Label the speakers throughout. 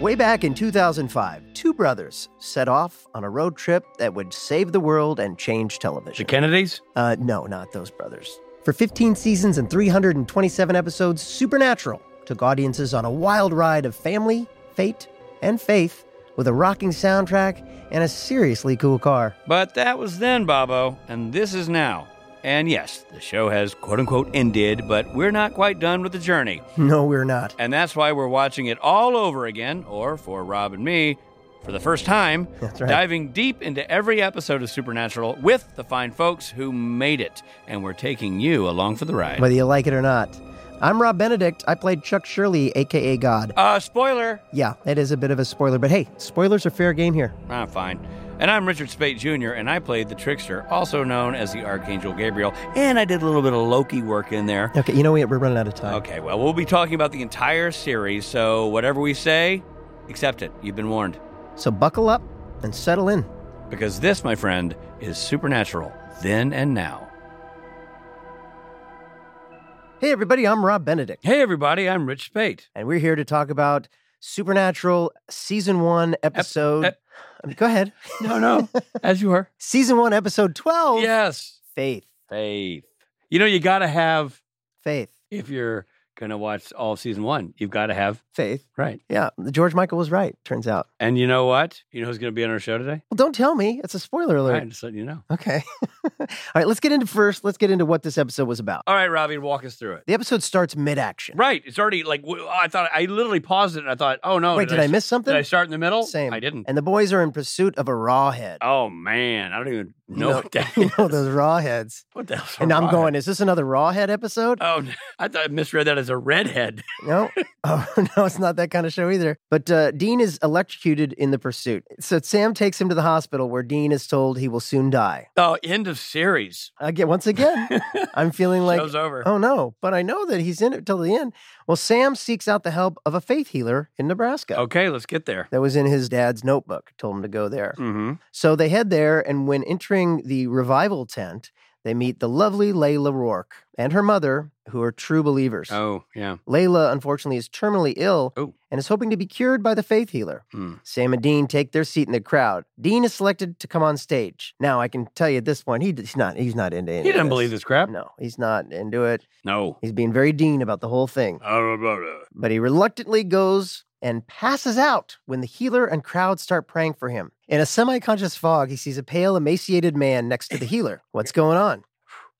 Speaker 1: Way back in 2005, two brothers set off on a road trip that would save the world and change
Speaker 2: The
Speaker 1: television.
Speaker 2: Kennedys?
Speaker 1: Uh, no, not those brothers. For 15 seasons and 327 episodes, Supernatural took audiences on a wild ride of family, fate, and faith with a rocking soundtrack and a seriously cool car.
Speaker 2: But that was then, Bobo, and this is now. And yes, the show has quote unquote ended, but we're not quite done with the journey.
Speaker 1: No, we're not.
Speaker 2: And that's why we're watching it all over again, or for Rob and me, for the first time,
Speaker 1: That's right.
Speaker 2: diving deep into every episode of Supernatural with the fine folks who made it. And we're taking you along for the ride.
Speaker 1: Whether you like it or not. I'm Rob Benedict. I played Chuck Shirley, aka God.
Speaker 2: uh, spoiler!
Speaker 1: Yeah, that is a bit of a spoiler, but hey, spoilers are fair game here.
Speaker 2: Ah, fine. And I'm Richard Spate Jr., and I played the Trickster, also known as the Archangel Gabriel, and I did a little bit of Loki work in there.
Speaker 1: Okay, you know what? We're running out of time.
Speaker 2: Okay, well, we'll be talking about the entire series, so whatever we say, accept it. You've been warned.
Speaker 1: So buckle up and settle in.
Speaker 2: Because this, my friend, is supernatural, then and now.
Speaker 1: Hey, everybody, I'm Rob Benedict,
Speaker 2: Hey, everybody, I'm Rich Spate.
Speaker 1: and we're here to talk about Supernatural Season 1, Episode.
Speaker 2: ep-
Speaker 1: I mean, go ahead.
Speaker 2: No, no, as you are.
Speaker 1: Season 1, Episode 12.
Speaker 2: Yes.
Speaker 1: Faith.
Speaker 2: Faith. You know, you got to have,
Speaker 1: Faith.
Speaker 2: if you're going to watch all of season one, you've got to have,
Speaker 1: Faith.
Speaker 2: right.
Speaker 1: Yeah, George Michael was right, turns out.
Speaker 2: And you know what? You know who's going to be on our show today?
Speaker 1: Well, don't tell me. It's a spoiler
Speaker 2: All
Speaker 1: alert.
Speaker 2: right, just letting you know.
Speaker 1: Okay. All right, let's get into first, let's get into what this episode was about.
Speaker 2: All right, Robbie, walk us through it.
Speaker 1: The episode starts mid action.
Speaker 2: Right. It's already like, w- I thought, I literally paused it and I thought, oh no.
Speaker 1: Wait, did I,
Speaker 2: s-
Speaker 1: miss something?
Speaker 2: Did I start in the middle?
Speaker 1: Same.
Speaker 2: I didn't.
Speaker 1: and the boys are in pursuit of a raw head.
Speaker 2: Oh man, I don't even know
Speaker 1: No.
Speaker 2: what that
Speaker 1: you
Speaker 2: is.
Speaker 1: know, those raw heads.
Speaker 2: What the hell's Oh. a
Speaker 1: And I'm
Speaker 2: rod?
Speaker 1: going, is this another raw head episode?
Speaker 2: Oh, no. I thought I misread that as a redhead.
Speaker 1: no. Oh, no, it's not that kind of show either. But uh, Dean is electrocuted in the pursuit. So Sam takes him to the hospital where Dean is told he will soon die.
Speaker 2: Oh, end of series.
Speaker 1: Again, once again, I'm feeling like,
Speaker 2: Show's over.
Speaker 1: oh no, but I know that he's in it till the end. Well, Sam seeks out the help of a faith healer in Nebraska.
Speaker 2: Okay, let's get there.
Speaker 1: That was in his dad's notebook, told him to go there.
Speaker 2: Mm-hmm.
Speaker 1: So they head there, and when entering the revival tent, they meet the lovely Layla Rourke and her mother, who are true believers.
Speaker 2: Oh yeah.
Speaker 1: Layla, unfortunately, is terminally ill
Speaker 2: Oh.
Speaker 1: and is hoping to be cured by the faith healer.
Speaker 2: Hmm.
Speaker 1: Sam and Dean take their seat in the crowd. Dean is selected to come on stage. Now, I can tell you at this point, he, he's not. He's not into any.
Speaker 2: He
Speaker 1: of
Speaker 2: didn't believe this crap.
Speaker 1: No, he's not into it.
Speaker 2: No.
Speaker 1: He's being very Dean about the whole thing.
Speaker 2: Ah, blah, blah, blah.
Speaker 1: But he reluctantly goes and passes out when the healer and crowd start praying for him. In a semi conscious fog, he sees a pale, emaciated man next to the healer. What's going on?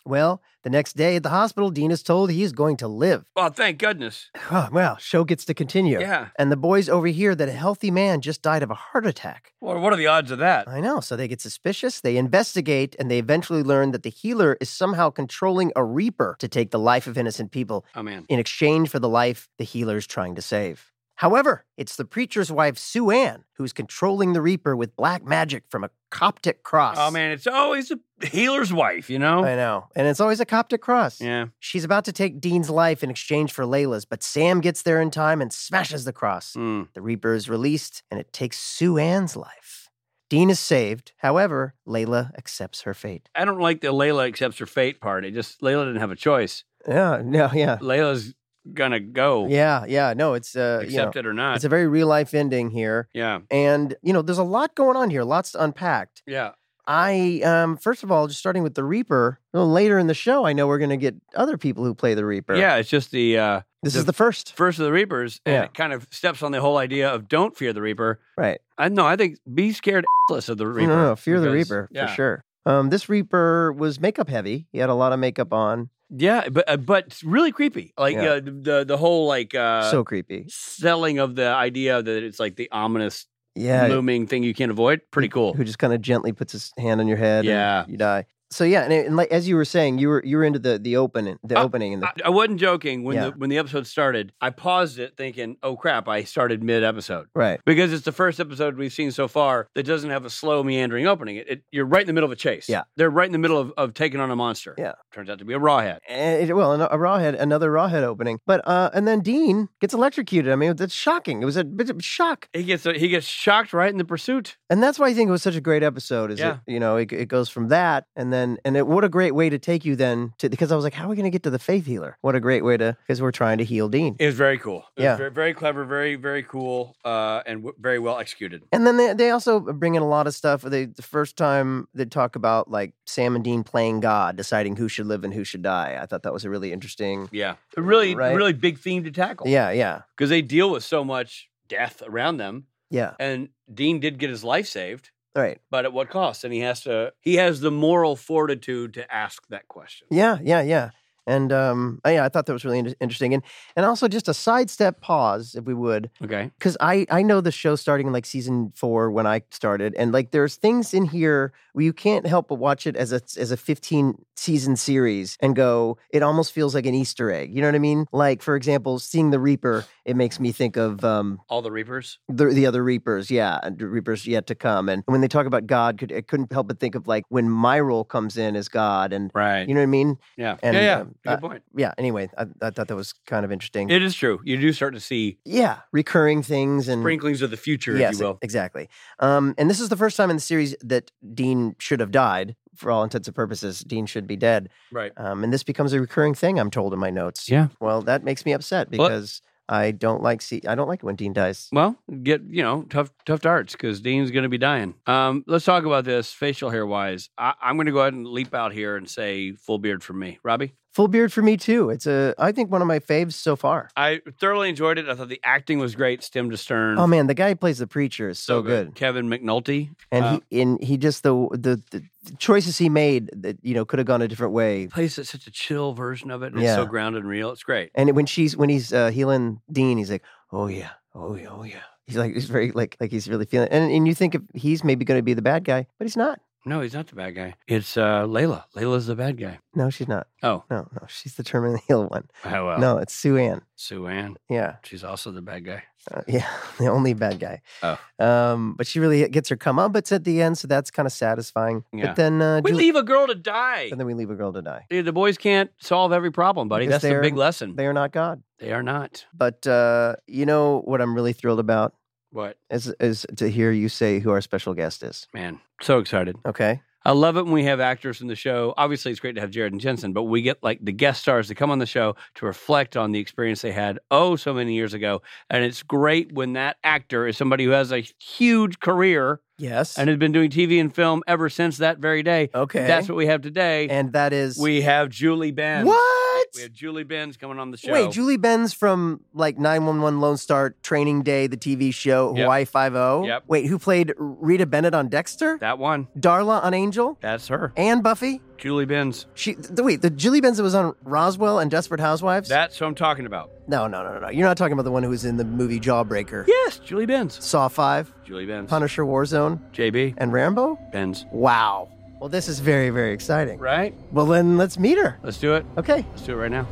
Speaker 1: Well, the next day at the hospital, Dean is told he is going to live.
Speaker 2: Oh, thank goodness.
Speaker 1: Oh, well, show gets to continue.
Speaker 2: Yeah.
Speaker 1: And the boys overhear that a healthy man just died of a heart attack.
Speaker 2: Well, what are the odds of that?
Speaker 1: I know. So they get suspicious, they investigate, and they eventually learn that the healer is somehow controlling a reaper to take the life of innocent people
Speaker 2: Oh man.
Speaker 1: in exchange for the life the healer's trying to save. However, it's the preacher's wife, Sue Ann, who's controlling the Reaper with black magic from a Coptic cross.
Speaker 2: Oh man, it's always a healer's wife, you know.
Speaker 1: I know. And it's always a Coptic cross.
Speaker 2: Yeah.
Speaker 1: She's about to take Dean's life in exchange for Layla's, but Sam gets there in time and smashes the cross.
Speaker 2: Hmm.
Speaker 1: The Reaper is released, and it takes Sue Ann's life. Dean is saved. However, Layla accepts her fate.
Speaker 2: I don't like the Layla accepts her fate part. It just Layla didn't have a choice.
Speaker 1: Yeah, no, yeah.
Speaker 2: Layla's gonna go,
Speaker 1: Yeah, yeah. No, it's uh, you know,
Speaker 2: Oh. accept it or not.
Speaker 1: it's a very real life ending here.
Speaker 2: yeah.
Speaker 1: And, you know, there's a lot going on here, lots to unpack.
Speaker 2: Yeah.
Speaker 1: I, um, first of all, just starting with the Reaper, a little later in the show, I know we're going to get other people who play the Reaper.
Speaker 2: Yeah. It's just the. uh
Speaker 1: This
Speaker 2: the-
Speaker 1: is the first.
Speaker 2: First of the Reapers, and
Speaker 1: Yeah.
Speaker 2: it kind of steps on the whole idea of don't fear the Reaper.
Speaker 1: Right.
Speaker 2: I know. I think be scared less of the Reaper.
Speaker 1: No, no, no, Fear the
Speaker 2: because-
Speaker 1: Reaper
Speaker 2: yeah.
Speaker 1: for sure. Um, this Reaper was makeup heavy. He had a lot of makeup on.
Speaker 2: Yeah, but uh, but it's really creepy. Like
Speaker 1: Yeah.
Speaker 2: uh, the the whole like uh,
Speaker 1: so creepy.
Speaker 2: selling of the idea that it's like the ominous
Speaker 1: Yeah.
Speaker 2: looming thing you can't avoid. Pretty cool.
Speaker 1: Who just kind of gently puts his hand on your head. and
Speaker 2: Yeah.
Speaker 1: you die. So yeah, and, and like as you were saying, you were you were into the the opening, the
Speaker 2: Uh,
Speaker 1: opening, and the
Speaker 2: I, I wasn't joking when
Speaker 1: Yeah.
Speaker 2: the when the episode started. I paused it thinking, "Oh crap, I started mid episode."
Speaker 1: right.
Speaker 2: Because it's the first episode we've seen so far that doesn't have a slow meandering opening. It, it, you're right in the middle of a chase.
Speaker 1: Yeah.
Speaker 2: They're right in the middle of, of taking on a monster.
Speaker 1: Yeah.
Speaker 2: Turns out to be a rawhead.
Speaker 1: And it, well, an- a rawhead, another rawhead opening, but uh, and then Dean gets electrocuted. I mean, that's shocking. It was a bit of shock.
Speaker 2: He gets he gets uh, shocked right in the pursuit.
Speaker 1: And that's why I think it was such a great episode. Is
Speaker 2: Yeah.
Speaker 1: it, you know, it, it goes from that and then and it what a great way to take you then to because I was like, how are we going to get to the faith healer? What a great way to because we're trying to heal Dean.
Speaker 2: It was very cool. It was
Speaker 1: Yeah.
Speaker 2: very, very clever, very, very cool, uh, and w- very well executed.
Speaker 1: And then they, they also bring in a lot of stuff. They the first time they talk about like Sam and Dean playing God, deciding who should live and who should die. I thought that was a really interesting.
Speaker 2: Yeah. A really,
Speaker 1: Right.
Speaker 2: really big theme to tackle.
Speaker 1: Yeah, yeah,
Speaker 2: Because they deal with so much death around them.
Speaker 1: yeah.
Speaker 2: And Dean did get his life saved,
Speaker 1: All right.
Speaker 2: but at what cost? And he has to, he has the moral fortitude to ask that question.
Speaker 1: Yeah, yeah, yeah. And um, oh, yeah, I thought that was really inter- interesting. And and also just a sidestep pause, if we would,
Speaker 2: Okay.
Speaker 1: because I I know the show starting in like season four when I started, and like there's things in here where you can't help but watch it as a as a 15 season series and go, it almost feels like an Easter egg. You know what I mean? Like for example, seeing the Reaper, it makes me think of um
Speaker 2: All the Reapers.
Speaker 1: the, the other Reapers, yeah, and the Reapers yet to come. And when they talk about God, could, I couldn't help but think of like when my role comes in as God, and
Speaker 2: Right.
Speaker 1: you know what I mean?
Speaker 2: yeah.
Speaker 1: and,
Speaker 2: yeah. Yeah.
Speaker 1: um,
Speaker 2: Good
Speaker 1: uh, mm
Speaker 2: point.
Speaker 1: yeah, anyway, I, I thought that was kind of interesting.
Speaker 2: It is true. You do start to see
Speaker 1: yeah, recurring things and
Speaker 2: sprinklings of the future,
Speaker 1: Mm-hmm. yes, e
Speaker 2: if you will.
Speaker 1: exactly. Um, and this is the first time in the series that Dean should have died. For all intents and purposes, Dean should be dead.
Speaker 2: Right.
Speaker 1: Um, and this becomes a recurring thing. I'm told in my notes.
Speaker 2: Yeah.
Speaker 1: Well, that makes me upset
Speaker 2: Well-
Speaker 1: because I don't like see. I don't like it when Dean dies.
Speaker 2: Well, get you know tough tough darts because Dean's going to be dying. Um, let's talk about this facial hair wise. I, I'm going to go ahead and leap out here and say full beard for me, Robbie.
Speaker 1: Full beard for me too. It's a. I think one of my faves so far.
Speaker 2: I thoroughly enjoyed it. I thought the acting was great, stem to stern.
Speaker 1: Oh man, the guy who plays the preacher is so, good.
Speaker 2: Kevin McNulty.
Speaker 1: and
Speaker 2: Uh,
Speaker 1: he and he just the the, the the choices he made that you know could have gone a different way.
Speaker 2: plays it such a chill version of it. And It's so
Speaker 1: Yeah.
Speaker 2: grounded and real. It's great.
Speaker 1: And when she's when he's uh, healing Dean, he's like, "Oh yeah, oh yeah, oh yeah." He's like, he's very like like he's really feeling. And and you think if he's maybe going to be the bad guy, but he's not.
Speaker 2: No, he's not the bad guy. It's uh, Layla. Layla's the bad guy.
Speaker 1: No, she's not.
Speaker 2: Oh,
Speaker 1: No, no, she's the terminally ill one.
Speaker 2: oh well.
Speaker 1: No, it's Sue Ann.
Speaker 2: Sue Ann.
Speaker 1: Yeah,
Speaker 2: She's also the bad guy.
Speaker 1: uh, yeah, the only bad guy.
Speaker 2: Oh.
Speaker 1: um, but she really gets her come up. It's at the end, so that's kind of satisfying.
Speaker 2: Yeah.
Speaker 1: But then uh,
Speaker 2: We
Speaker 1: Ju-
Speaker 2: leave a girl to die.
Speaker 1: and then we leave a girl to die.
Speaker 2: The boys can't solve every problem, buddy.
Speaker 1: Because
Speaker 2: That's the
Speaker 1: they're-
Speaker 2: big lesson.
Speaker 1: They are not God.
Speaker 2: They are not.
Speaker 1: But uh, you know what I'm really thrilled about
Speaker 2: What?
Speaker 1: is is to hear you say who our special guest is.
Speaker 2: Man, so excited.
Speaker 1: Okay.
Speaker 2: I love it when we have actors in the show. Obviously, it's great to have Jared and Jensen, but we get like the guest stars to come on the show to reflect on the experience they had oh so many years ago. And it's great when that actor is somebody who has a huge career
Speaker 1: Yes.
Speaker 2: and has been doing TV and film ever since that very day.
Speaker 1: okay.
Speaker 2: That's what we have today.
Speaker 1: and that is
Speaker 2: we have Julie Benz.
Speaker 1: What?
Speaker 2: We have Julie Benz coming on the show.
Speaker 1: Wait, Julie Benz from like 911 Lone Star Training Day, the TV show,
Speaker 2: Yep.
Speaker 1: Hawaii Five O.
Speaker 2: Yep.
Speaker 1: Wait, who played Rita Bennett on Dexter?
Speaker 2: that one.
Speaker 1: Darla on Angel?
Speaker 2: That's her.
Speaker 1: And Buffy?
Speaker 2: Julie Benz.
Speaker 1: She the, wait, the Julie Benz that was on Roswell and Desperate Housewives?
Speaker 2: That's who I'm talking about.
Speaker 1: no, no, no, no, no. You're not talking about the one who was in the movie Jawbreaker.
Speaker 2: Yes, Julie Benz.
Speaker 1: Saw 5,
Speaker 2: Julie Benz.
Speaker 1: Punisher Warzone,
Speaker 2: JB
Speaker 1: and Rambo?
Speaker 2: Benz.
Speaker 1: Wow. Well, this is very, very exciting.
Speaker 2: Right?
Speaker 1: Well, then let's meet her.
Speaker 2: Let's do it.
Speaker 1: Okay.
Speaker 2: Let's do it right now.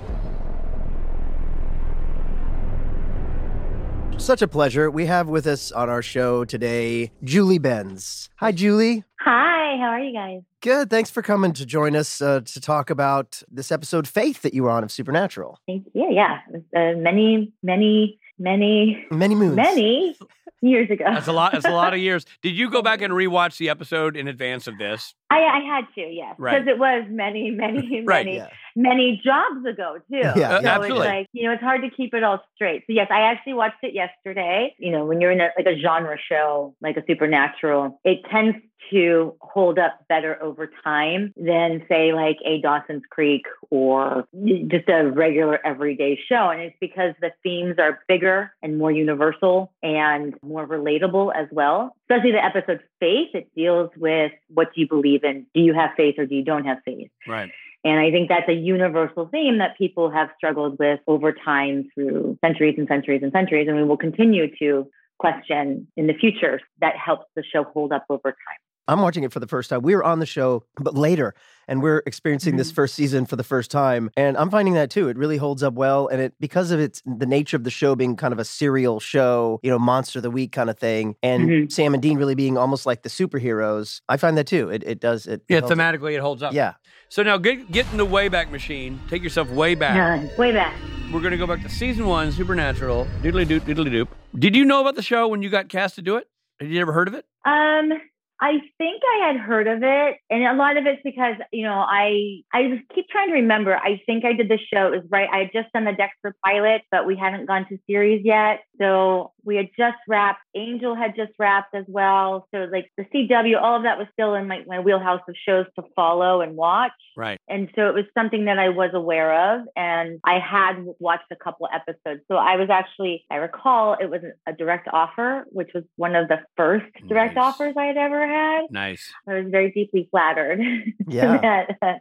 Speaker 1: Such a pleasure. We have with us on our show today Julie Benz. Hi, Julie.
Speaker 3: Hi, how are you guys?
Speaker 1: Good. Thanks for coming to join us uh, to talk about this episode, Faith, that you were on of Supernatural.
Speaker 3: Thank you. Yeah, yeah. Uh, many, many, many,
Speaker 1: Many moons.
Speaker 3: many years ago.
Speaker 2: That's a lot. That's a lot of years. Did you go back and rewatch the episode in advance of this?
Speaker 3: I, I had to, yes, because
Speaker 2: Right.
Speaker 3: it was many, many,
Speaker 2: Right,
Speaker 3: many,
Speaker 1: Yeah.
Speaker 3: many jobs ago too.
Speaker 1: Yeah,
Speaker 3: so
Speaker 1: yeah.
Speaker 2: Absolutely.
Speaker 3: it's like you know, it's hard to keep it all straight. So yes, I actually watched it yesterday. You know, when you're in a, like a genre show, like a supernatural, it tends to hold up better over time than say like a Dawson's Creek or just a regular everyday show. And it's because the themes are bigger and more universal and more relatable as well. Especially the episode Faith, it deals with what do you believe in? Do you have faith or do you don't have faith?
Speaker 2: Right.
Speaker 3: And I think that's a universal theme that people have struggled with over time through centuries and centuries and centuries. And we will continue to question in the future that helps the show hold up over time.
Speaker 1: I'm watching it for the first time. We were on the show, but later, and we're experiencing this
Speaker 3: Mhm.
Speaker 1: first season for the first time. And I'm finding that too. It really holds up well. And it, because of its, the nature of the show being kind of a serial show, you know, monster of the week kind of thing, and
Speaker 3: Mhm.
Speaker 1: Sam and Dean really being almost like the superheroes, I find that too. It, it does, it,
Speaker 2: Yeah,
Speaker 1: holds up.
Speaker 2: thematically it holds up.
Speaker 1: Yeah.
Speaker 2: So now get get in the wayback machine. Take yourself way back.
Speaker 3: Yeah, Way back.
Speaker 2: We're gonna go back to season one, Supernatural. Doodly doop, doodly doop. Did you know about the show when you got cast to do it? Had you ever heard of it?
Speaker 3: Um, I think I had heard of it, and a lot of it's because you know I I keep trying to remember. I think I did the show. It was right. I had just done the Dexter pilot, but we hadn't gone to series yet. So we had just wrapped. Angel had just wrapped as well. So like the CW, all of that was still in my, my wheelhouse of shows to follow and watch.
Speaker 2: Right.
Speaker 3: And so it was something that I was aware of, and I had watched a couple episodes. So I was actually, I recall it was a direct offer, which was one of the first direct
Speaker 2: Nice.
Speaker 3: offers I had ever had.
Speaker 2: Nice.
Speaker 3: I was very deeply flattered
Speaker 1: Yeah.
Speaker 3: that uh,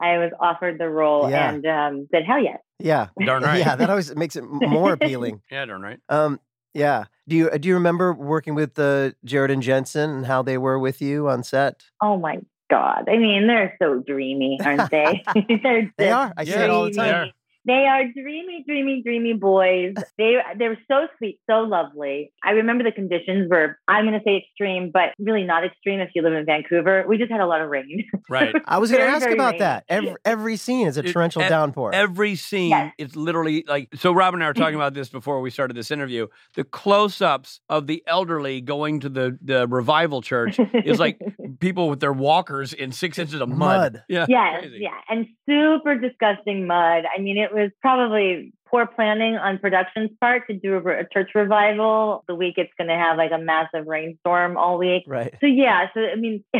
Speaker 3: I was offered the role
Speaker 1: Yeah.
Speaker 3: and um, said, hell yes.
Speaker 1: Yeah. uh,
Speaker 2: Darn right.
Speaker 1: Yeah, that always makes it m- more appealing.
Speaker 2: Yeah, darn right.
Speaker 1: Um, yeah. Do you uh, do you remember working with uh, Jared and Jensen and how they were with you on set?
Speaker 3: Oh my God. I mean, they're so dreamy, aren't they? they're
Speaker 1: They
Speaker 3: just
Speaker 1: are. I say it all the
Speaker 3: dreamy.
Speaker 1: time.
Speaker 2: Yeah.
Speaker 3: They are dreamy, dreamy, dreamy boys. They they were so sweet, so lovely. I remember the conditions were I'm going to say extreme, but really not extreme if you live in Vancouver. We just had a lot of rain.
Speaker 2: Right.
Speaker 1: I was going to
Speaker 3: Very,
Speaker 1: ask
Speaker 3: very
Speaker 1: about
Speaker 3: rainy.
Speaker 1: that. Every, every scene is a
Speaker 2: It-
Speaker 1: torrential
Speaker 2: e-
Speaker 1: downpour.
Speaker 2: Every scene,
Speaker 3: Yes. Mm-hmm.
Speaker 2: it's literally like so. Rob and I were talking about this before we started this interview. The close-ups of the elderly going to the the revival church is like people with their walkers in six inches of mud.
Speaker 1: Mud.
Speaker 2: Yeah.
Speaker 3: yes,
Speaker 2: crazy.
Speaker 3: yeah, and super disgusting mud. I mean, it was probably poor planning on production's part to do a, re- a church revival the week it's going to have like a massive rainstorm all week.
Speaker 1: right.
Speaker 3: So yeah, so I mean,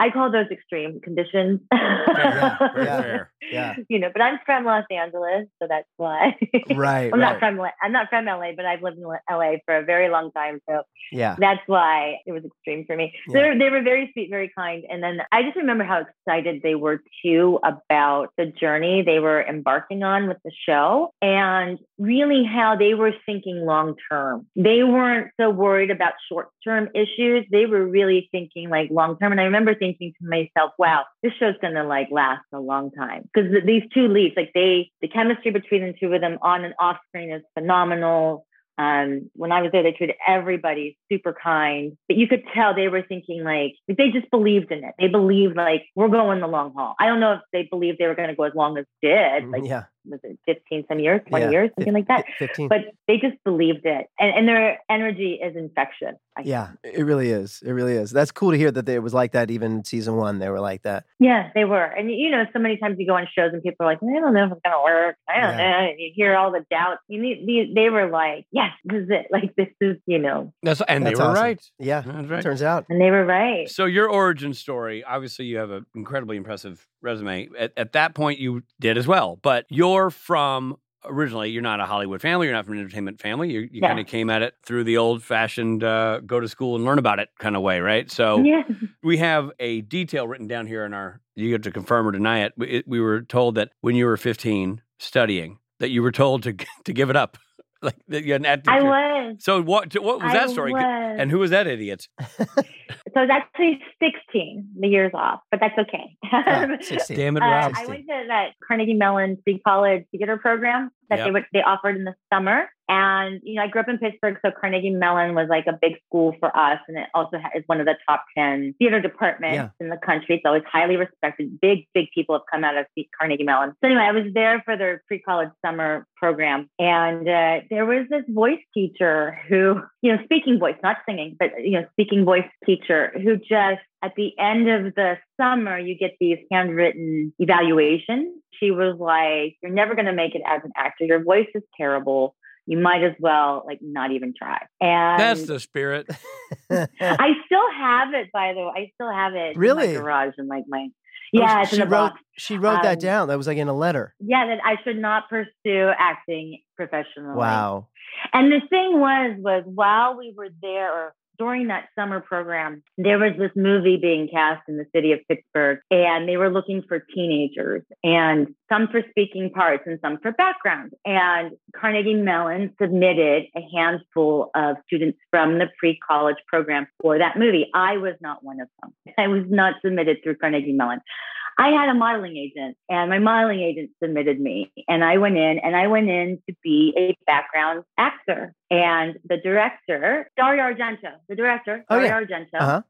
Speaker 3: I call those extreme conditions.
Speaker 2: Fair, fair,
Speaker 1: Yeah.
Speaker 2: fair.
Speaker 1: Yeah.
Speaker 3: you know, but I'm from Los Angeles, so that's why.
Speaker 1: Right.
Speaker 3: I'm not
Speaker 1: right.
Speaker 3: from La- I'm not from LA, but I've lived in La- LA for a very long time, so
Speaker 1: Yeah.
Speaker 3: that's why it was extreme for me.
Speaker 1: Yeah.
Speaker 3: They were they were very sweet, very kind, and then I just remember how excited they were too about the journey they were embarking on with the show, and really how they were thinking long term. They weren't so worried about short term issues. They were really thinking like long term. And I remember thinking to myself, "Wow, this show's gonna like last a long time." Because these two leads, like they, the chemistry between the two of them on and off screen is phenomenal. Um, when I was there, they treated everybody super kind, but you could tell they were thinking like they just believed in it. They believed like we're going the long haul. I don't know if they believed they were going to go as long as it did, like
Speaker 1: yeah.
Speaker 3: was it 15 some years, 20
Speaker 1: Mm-hmm. Yeah.
Speaker 3: years, something like that.
Speaker 1: Fif- Fifteen.
Speaker 3: But they just believed it, and, and their energy is infectious. I think.
Speaker 1: yeah, it really is. It really is. That's cool to hear that they, it was like that. Even in season one, they were like that.
Speaker 3: Yeah, they were. And you know, so many times you go on shows and people are like, I don't know if it's gonna work. I don't
Speaker 1: Yeah.
Speaker 3: know. And you hear all the doubts. You need, you- they were like, yes, this is it. Like this is, you know,
Speaker 2: That's and
Speaker 1: That's
Speaker 2: they were
Speaker 1: awesome.
Speaker 2: right.
Speaker 1: Yeah,
Speaker 2: That's right.
Speaker 1: turns out.
Speaker 3: and they were right.
Speaker 2: So your origin story, obviously you have an incredibly impressive resume. At, at that point you did as well, but you're from originally you're not a Hollywood family, you're not from an entertainment family. You, you
Speaker 3: No.
Speaker 2: kind of came at it through the old fashioned uh, go to school and learn about it kind of way, right? So
Speaker 3: Yeah.
Speaker 2: we have a detail written down here in our you have to confirm or deny it. We, it, we were told that when you were 15 studying that you were told to to give it up. Like that you had an aptitude.
Speaker 3: I was.
Speaker 2: So what what was
Speaker 3: I
Speaker 2: that story?
Speaker 3: was.
Speaker 2: And who was that idiot?
Speaker 3: so I was actually 16, the years off, but that's okay.
Speaker 1: Ah, 16.
Speaker 2: Damn it,
Speaker 3: Uh,
Speaker 2: Rob.
Speaker 3: I went to that Carnegie Mellon pre college theater program that they
Speaker 2: Yep.
Speaker 3: would they offered in the summer. And you know, I grew up in Pittsburgh, so Carnegie Mellon was like a big school for us, and it also ha- is one of the top ten theater departments
Speaker 1: Yeah.
Speaker 3: in the country. It's always highly respected. Big, big people have come out of the Carnegie Mellon. So anyway, I was there for their pre-college summer program, and uh, there was this voice teacher who, you know, speaking voice, not singing, but you know, speaking voice teacher who just at the end of the summer, you get these handwritten evaluations. She was like, You're never going to make it as an actor. Your voice is terrible. You might as well, like, not even try. And
Speaker 2: That's the spirit.
Speaker 3: I still have it, by the way. I still have it
Speaker 1: Really?
Speaker 3: in my garage and, like, my.
Speaker 1: Oh,
Speaker 3: Yeah, it's
Speaker 1: she
Speaker 3: in a
Speaker 1: wrote.
Speaker 3: box.
Speaker 1: She wrote that
Speaker 3: Um,
Speaker 1: down. That was like in a letter.
Speaker 3: Yeah, that I should not pursue acting professionally.
Speaker 1: Wow.
Speaker 3: And the thing was, was while we were there or during that summer program, there was this movie being cast in the city of Pittsburgh, and they were looking for teenagers, and some for speaking parts and some for background. And Carnegie Mellon submitted a handful of students from the pre college program for that movie. I was not one of them. I was not submitted through Carnegie Mellon. I had a modeling agent, and my modeling agent submitted me, and I went in, and I went in to be a background actor. And the director, Dario Argento, the director,
Speaker 1: Oh,
Speaker 3: Dario
Speaker 1: yeah.
Speaker 3: Argento,
Speaker 1: Uh-huh.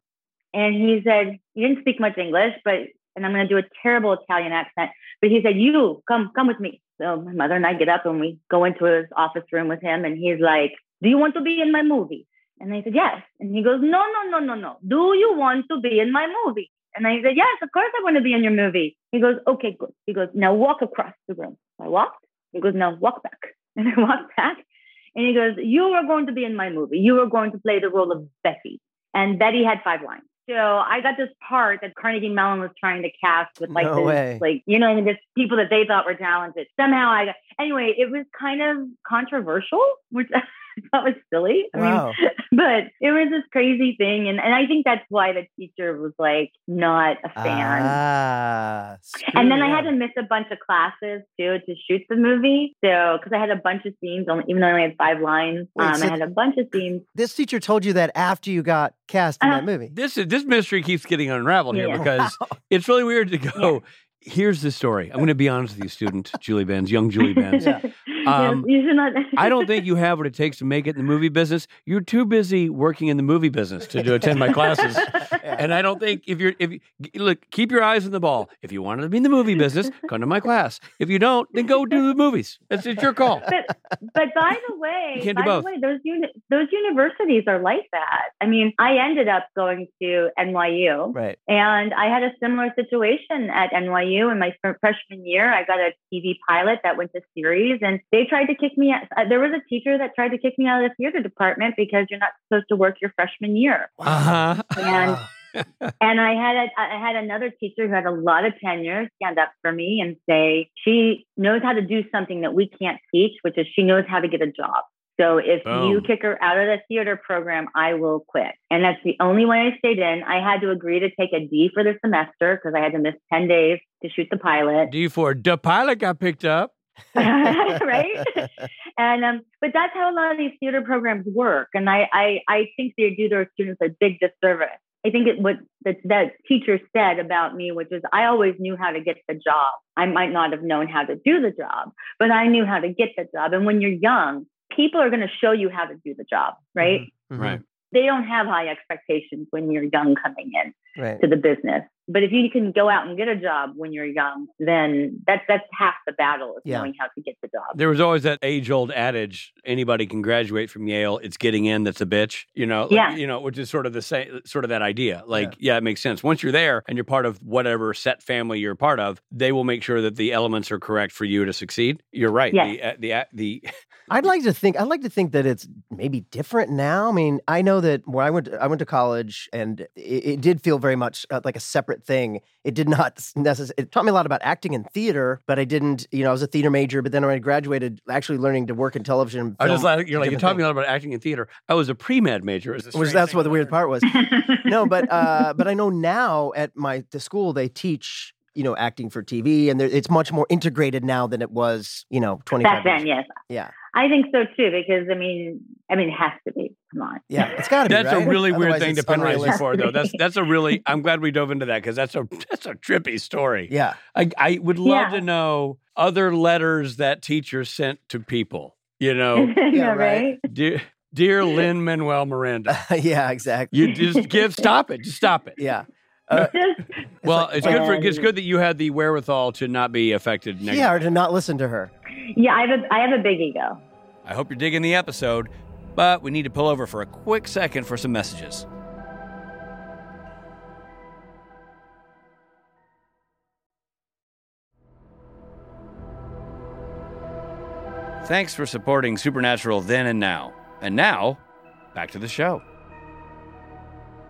Speaker 3: and he said, "You didn't speak much English, but and I'm going to do a terrible Italian accent." But he said, "You come, come with me." So my mother and I get up, and we go into his office room with him, and he's like, "Do you want to be in my movie?" And I said, yes. And he goes, no, no, no, no, no. Do you want to be in my movie? And I said, yes, of course I want to be in your movie. He goes, okay, good. He goes, now walk across the room. I walked. He goes, now walk back. And I walked back. And he goes, you are going to be in my movie. You are going to play the role of Betty. And Betty had five lines. So I got this part that Carnegie Mellon was trying to cast with like
Speaker 1: No
Speaker 3: this,
Speaker 1: way.
Speaker 3: like you know, this people that they thought were talented. Somehow I got anyway. It was kind of controversial, which I thought was silly. I mean,
Speaker 1: Wow.
Speaker 3: but it was this crazy thing and, and i think that's why the teacher was like not a fan
Speaker 1: Ah,
Speaker 3: and then i
Speaker 1: screw
Speaker 3: had to
Speaker 1: you.
Speaker 3: miss a bunch of classes too to shoot the movie so because i had a bunch of scenes only, even though i only had five lines
Speaker 1: Wait,
Speaker 3: um,
Speaker 1: so-
Speaker 3: i had a bunch of scenes
Speaker 1: This teacher told you that after you got cast in
Speaker 3: Uh,
Speaker 1: that movie.
Speaker 2: This is this mystery keeps getting unraveled here
Speaker 3: Yeah.
Speaker 2: because it's really weird to go. Here's the story. I'm going to be honest with you, student Julie Benz, young Julie Benz.
Speaker 1: Yeah.
Speaker 2: Um,
Speaker 3: you should not
Speaker 2: I don't think you have what it takes to make it in the movie business. You're too busy working in the movie business to do, attend my classes. And I don't think if you're if you, look, keep your eyes on the ball. If you want to be in the movie business, come to my class. If you don't, then go do the movies. It's, it's your call.
Speaker 3: but by the way,
Speaker 2: You can't do
Speaker 3: by
Speaker 2: both.
Speaker 3: the way, those uni- those universities are like that. I mean, I ended up going to NYU,
Speaker 1: Right.
Speaker 3: And I had a similar situation at NYU in my fr- freshman year. I got a TV pilot that went to series, and they tried to kick me out. uh, There was a teacher that tried to kick me out of the theater department because you're not supposed to work your freshman year.
Speaker 2: Uh huh.
Speaker 3: And
Speaker 1: Wow.
Speaker 3: and I had a, I had another teacher who had a lot of tenure stand up for me and say she knows how to do something that we can't teach, which is she knows how to get a job. So if you
Speaker 2: Boom.
Speaker 3: kick her out of the theater program, I will quit. And that's the only way I stayed in. I had to agree to take a D for the semester because I had to miss 10 days to shoot the pilot.
Speaker 2: D for the pilot got picked up.
Speaker 3: Right? And um, but that's how a lot of these theater programs work. And I I, I think they do their students a big disservice. I think it what that that teacher said about me, which is I always knew how to get the job. I might not have known how to do the job, but I knew how to get the job. And when you're young, people are going to show you how to do the job, right?
Speaker 1: Mhm.
Speaker 2: Right.
Speaker 3: They don't have high expectations when you're young coming in
Speaker 1: Right.
Speaker 3: to the business. But if you can go out and get a job when you're young, then that's that's half the battle is
Speaker 1: Yeah.
Speaker 3: knowing how to get the job.
Speaker 2: There was always that age old adage anybody can graduate from Yale, it's getting in that's a bitch, you know, like-
Speaker 3: Yeah.
Speaker 2: you know, which is sort of the same sort of that idea. Like, yeah. it makes sense. Once you're there and you're part of whatever set family you're part of, they will make sure that the elements are correct for you to succeed. You're right.
Speaker 3: Yes.
Speaker 2: The, uh, the uh, the
Speaker 1: I'd like to think I'd like to think that it's maybe different now. I mean, I know that when I went to, I went to college and it, it did feel very much uh, like a separate thing. It did not necessarily it taught me a lot about acting and theater, but I didn't, you know, I was a theater major, but then when I graduated actually learning to work in television and
Speaker 2: I just
Speaker 1: film,
Speaker 2: like you're like you're
Speaker 1: different
Speaker 2: talking a lot about acting and theater. I was a pre med major. Is
Speaker 1: which that's what the weird part was. no, but uh, but I know now at my the school they teach you know acting for TV, and there- it's much more integrated now than it was you know twenty
Speaker 3: Back
Speaker 1: five
Speaker 3: then,
Speaker 1: years.
Speaker 3: yes.
Speaker 1: Yeah.
Speaker 3: I think so too, because I mean, I mean, it has to be. Come on.
Speaker 1: Yeah, it's got to be.
Speaker 2: That's
Speaker 1: right?
Speaker 2: a really weird
Speaker 1: Otherwise
Speaker 2: thing to
Speaker 1: it's
Speaker 2: penalize you
Speaker 1: unrealistic.
Speaker 2: for, though. That's that's a really. I'm glad we dove into that because that's a that's a trippy story.
Speaker 1: Yeah,
Speaker 2: I, I would love
Speaker 3: Yeah.
Speaker 2: to know other letters that teachers sent to people. You know,
Speaker 1: yeah,
Speaker 3: yeah,
Speaker 1: right.
Speaker 3: right.
Speaker 2: dear, dear Lynn Manuel Miranda,
Speaker 1: yeah, exactly.
Speaker 2: you just give stop it, just stop it.
Speaker 1: Yeah.
Speaker 3: Just-
Speaker 2: well,
Speaker 1: like-
Speaker 2: it's good for it's good that you had the wherewithal to not be affected. Negatively.
Speaker 1: Yeah, or to not listen to her.
Speaker 3: yeah, I have a, I have a big ego.
Speaker 2: I hope you're digging the episode, but we need to pull over for a quick second for some messages. Thanks for supporting Supernatural then and now. And now, back to the show.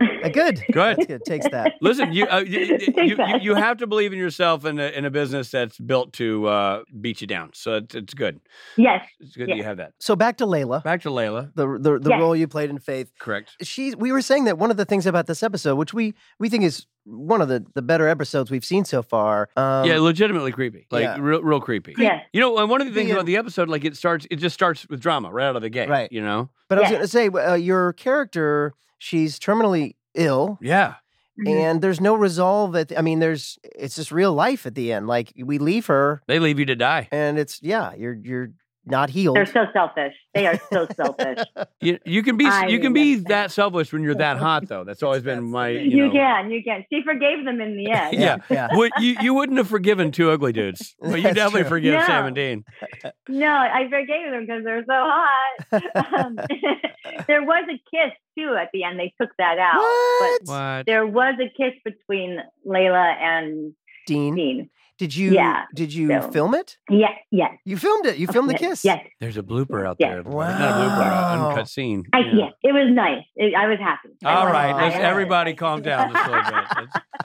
Speaker 1: Uh, good.
Speaker 2: Good.
Speaker 1: That's good. Takes that.
Speaker 2: Listen, you, uh, you, you,
Speaker 3: Thanks,
Speaker 2: you,
Speaker 3: Matt.
Speaker 2: you have to believe in yourself in a, in a business that's built to uh, beat you down. So it's, it's good.
Speaker 3: Yes.
Speaker 2: It's good
Speaker 3: Yeah.
Speaker 2: that you have that.
Speaker 1: So back to Layla,
Speaker 2: Back to Layla.
Speaker 1: the the, the
Speaker 3: Yes.
Speaker 1: role you played in Faith.
Speaker 2: Correct.
Speaker 1: She, we were saying that one of the things about this episode, which we we think is one of the the better episodes we've seen so far. Um,
Speaker 2: yeah, legitimately creepy. Like,
Speaker 1: yeah.
Speaker 2: real, real creepy.
Speaker 3: Yes.
Speaker 2: You know, and one of the
Speaker 1: The
Speaker 2: things about the episode, like it starts, it just starts with drama right out of the gate.
Speaker 1: Right.
Speaker 2: You know?
Speaker 1: But I was
Speaker 3: Yeah.
Speaker 1: going to say, uh, your character, she's terminally ill,
Speaker 2: Yeah.
Speaker 3: Mhm.
Speaker 1: and there's no resolve. At I mean, there's it's just real life at the end. Like we leave her,
Speaker 2: They leave you to die.
Speaker 1: and it's yeah, you're you're not healed.
Speaker 3: They're so selfish. They are so selfish.
Speaker 2: You, you can be
Speaker 3: I
Speaker 2: you can be
Speaker 3: understand.
Speaker 2: that selfish when you're that hot though. That's always been
Speaker 1: That's-
Speaker 2: my
Speaker 3: You,
Speaker 2: you, know.
Speaker 3: can, you can. She forgave them in the end.
Speaker 2: Yeah.
Speaker 1: yeah.
Speaker 2: Would you you wouldn't have forgiven two ugly dudes, but you
Speaker 1: That's
Speaker 2: definitely
Speaker 1: true.
Speaker 2: forgive
Speaker 3: No.
Speaker 2: Sam and Dean.
Speaker 3: No, I forgave them because they're so hot. Um, there was a kiss too at the end. They took that out.
Speaker 1: what?
Speaker 2: What?
Speaker 3: But there was a kiss between Layla and
Speaker 1: Dean,
Speaker 3: Dean.
Speaker 1: did you
Speaker 3: Yeah,
Speaker 1: did you
Speaker 3: so-
Speaker 1: film it?
Speaker 3: Yeah, yes.
Speaker 1: You filmed it. You filmed the kiss.
Speaker 3: Yes.
Speaker 2: There's a blooper out
Speaker 3: Yeah.
Speaker 2: there. Not a blooper, an
Speaker 1: Wow.
Speaker 2: uncut scene.
Speaker 3: I,
Speaker 2: Yeah.
Speaker 3: yeah. it was nice. It, I was happy. I
Speaker 2: All
Speaker 3: was-
Speaker 2: right,
Speaker 3: I
Speaker 2: let's,
Speaker 3: was-
Speaker 2: everybody calm down just a little bit.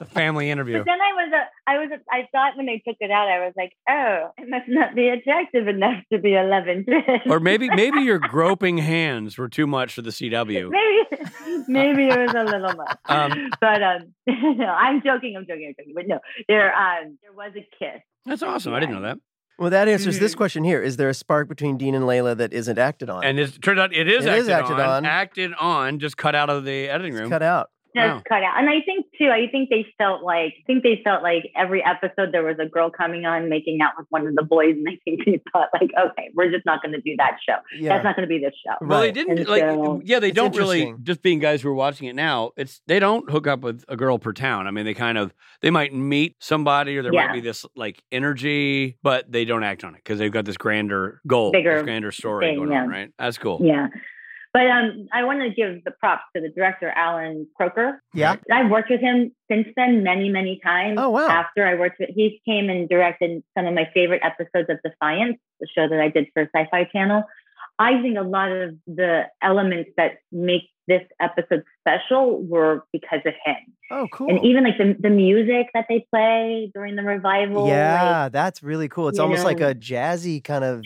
Speaker 2: It's a family interview.
Speaker 3: But then I was, a, I was, a, I thought when they took it out, I was like, oh, I must not be attractive enough to be 11.
Speaker 2: Or maybe maybe your groping hands were too much for the CW.
Speaker 3: maybe, maybe it was a little much.
Speaker 2: Um,
Speaker 3: but um, no, I'm joking. I'm joking. I'm joking. But no, there, um, there was a kiss.
Speaker 2: That's awesome. I didn't know that.
Speaker 1: Well, that answers this
Speaker 3: Mhm.
Speaker 1: question here. Is there a spark between Dean and Layla that isn't acted on?
Speaker 2: Mm-hmm. And it turns out it is,
Speaker 1: It
Speaker 2: acted,
Speaker 1: is acted
Speaker 2: on,
Speaker 1: on.
Speaker 2: Acted on, just cut out of the editing
Speaker 1: it's
Speaker 2: room.
Speaker 1: cut out.
Speaker 3: just
Speaker 2: Wow.
Speaker 3: cut out. And I think too, I think they felt like I think they felt like every episode there was a girl coming on making out with one of the boys, and I think they thought like, okay, we're just not going to do that show.
Speaker 1: Yeah.
Speaker 3: That's not going to be this show.
Speaker 2: Well, they
Speaker 1: Right.
Speaker 2: didn't
Speaker 3: And
Speaker 2: like.
Speaker 3: so-
Speaker 2: yeah, they
Speaker 1: It's
Speaker 2: don't really.
Speaker 1: interesting.
Speaker 2: Just being guys who are watching it now, it's they don't hook up with a girl per town. I mean, they kind of they might meet somebody, or there might
Speaker 3: Yeah.
Speaker 2: be this like energy, but they don't act on it because they've got this grander goal,
Speaker 3: Bigger
Speaker 2: this grander story
Speaker 3: thing,
Speaker 2: going on.
Speaker 3: yeah.
Speaker 2: Right? That's cool.
Speaker 3: Yeah. But um, I want to give the props to the director, Alan Croker.
Speaker 1: Yeah.
Speaker 3: I've worked with him since then many, many times.
Speaker 1: Oh, wow.
Speaker 3: After I worked with, he came and directed some of my favorite episodes of Defiance, the show that I did for Sci-Fi Channel. I think a lot of the elements that make this episode special were because of him,
Speaker 1: Oh, cool.
Speaker 3: and even like the, the music that they play during the revival. like,
Speaker 1: yeah, that's really cool. It's
Speaker 3: you
Speaker 1: almost
Speaker 3: know,
Speaker 1: like a jazzy kind of.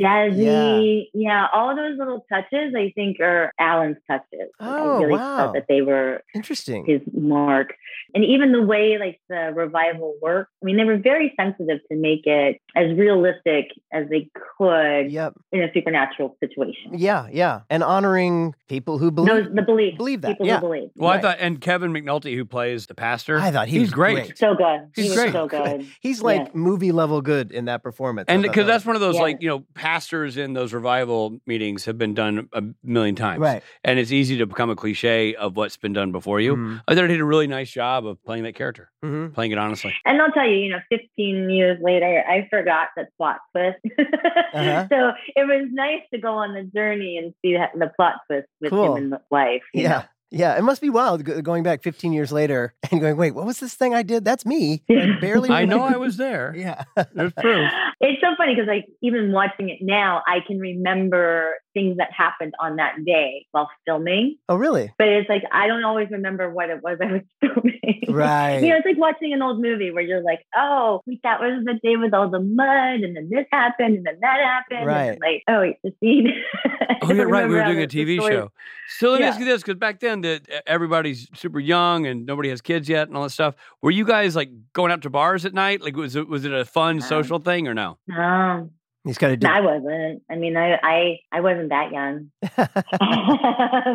Speaker 3: jazzy. Yeah. all those little touches I think are Alan's touches. Like,
Speaker 1: Oh,
Speaker 3: I really
Speaker 1: wow.
Speaker 3: felt that they were
Speaker 1: Interesting.
Speaker 3: his mark. And even the way like the revival worked, I mean, they were very sensitive to make it as realistic as they could
Speaker 1: Yep.
Speaker 3: in a supernatural situation.
Speaker 1: Yeah, yeah. And honoring people who
Speaker 3: Those
Speaker 1: believe
Speaker 3: the belief.
Speaker 1: believe that.
Speaker 3: People
Speaker 1: yeah.
Speaker 3: who believe.
Speaker 2: Well, I
Speaker 1: Right.
Speaker 2: thought, and Kevin McNulty, who plays the pastor,
Speaker 1: I thought he
Speaker 2: he's
Speaker 1: was
Speaker 2: great.
Speaker 1: great.
Speaker 3: So good.
Speaker 1: He's
Speaker 3: he was
Speaker 1: great.
Speaker 3: so good.
Speaker 1: He's like
Speaker 3: Yeah.
Speaker 1: movie level good in that performance. I
Speaker 2: And
Speaker 1: thought
Speaker 2: because
Speaker 1: that
Speaker 2: that's
Speaker 1: was-
Speaker 2: one of those
Speaker 3: Yeah.
Speaker 2: like you know pastors in those revival meetings have been done a million times,
Speaker 1: right.
Speaker 2: and it's easy to become a cliche of what's been done before you.
Speaker 1: Mhm.
Speaker 2: I thought he did a really nice job of playing that character,
Speaker 3: Mm-hmm.
Speaker 1: Mhm.
Speaker 2: playing it honestly.
Speaker 3: And I'll tell you, you know, 15 years later, I forgot that plot twist.
Speaker 1: Uh-huh.
Speaker 3: So it was nice to go on the journey and see that, the plot twist with
Speaker 1: Cool.
Speaker 3: him in life. you know?
Speaker 1: Yeah. Yeah, it must be wild go- going back 15 years later and going, wait, what was this thing I did? That's me. And barely.
Speaker 2: I know
Speaker 1: remember-
Speaker 2: I was there.
Speaker 1: Yeah.
Speaker 2: There's proof.
Speaker 3: It's so funny because like even watching it now, I can remember things that happened on that day while filming.
Speaker 1: Oh, really?
Speaker 3: But it's like I don't always remember what it was I was filming.
Speaker 1: Right.
Speaker 3: You know, it's like watching an old movie where you're like, oh, wait, that was the day with all the mud, and then this happened, and then that happened.
Speaker 1: Right.
Speaker 3: And then, like, oh, wait, the scene.
Speaker 2: Oh, yeah, right. We were doing a TV show. So let me
Speaker 3: Yeah.
Speaker 2: ask you this, because back then that e, everybody's super young and nobody has kids yet and all that stuff. Were you guys like going out to bars at night? Like, was it was it a fun
Speaker 3: No.
Speaker 2: social thing or no?
Speaker 3: No,
Speaker 1: He's got to do.
Speaker 3: no, I wasn't. I mean, I, I, I wasn't that young. I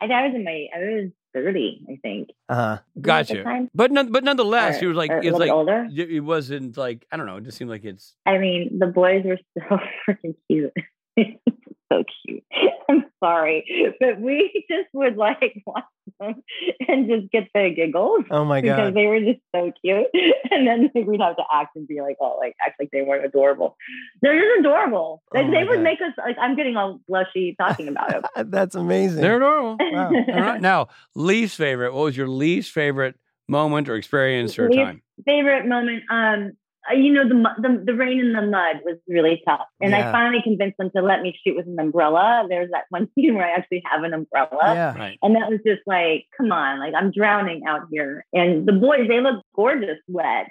Speaker 3: think I was in my, I was 30, I think.
Speaker 1: uh
Speaker 2: Got
Speaker 3: At the
Speaker 2: you.
Speaker 3: time.
Speaker 2: But none, but nonetheless,
Speaker 3: Or-
Speaker 2: it was like
Speaker 3: or a
Speaker 2: it's
Speaker 3: little bit
Speaker 2: like
Speaker 3: older.
Speaker 2: y- it wasn't like I don't know. It just seemed like it's
Speaker 3: I mean, the boys were so freaking cute. so cute. I'm sorry, but we just would like watch them and just get the giggles.
Speaker 1: Oh, my
Speaker 3: Because
Speaker 1: God.
Speaker 3: they were just so cute, and then like, we'd have to act and be like, "Oh, like act like they weren't adorable." They're just adorable. Like
Speaker 1: Oh my
Speaker 3: they would
Speaker 1: God.
Speaker 3: make us like I'm getting all blushy talking about them.
Speaker 1: That's amazing.
Speaker 2: they're adorable.
Speaker 1: Wow.
Speaker 2: all right. Now, least favorite. What was your least favorite moment or experience or
Speaker 3: Least-
Speaker 2: time?
Speaker 3: favorite moment um uh, you know the, mu- the the rain in the mud was really tough and
Speaker 1: Yeah.
Speaker 3: i finally convinced them to let me shoot with an umbrella there's that one scene where i actually have an umbrella
Speaker 1: yeah.
Speaker 2: Right.
Speaker 3: and that was just like come on like i'm drowning out here and the boys they look gorgeous wet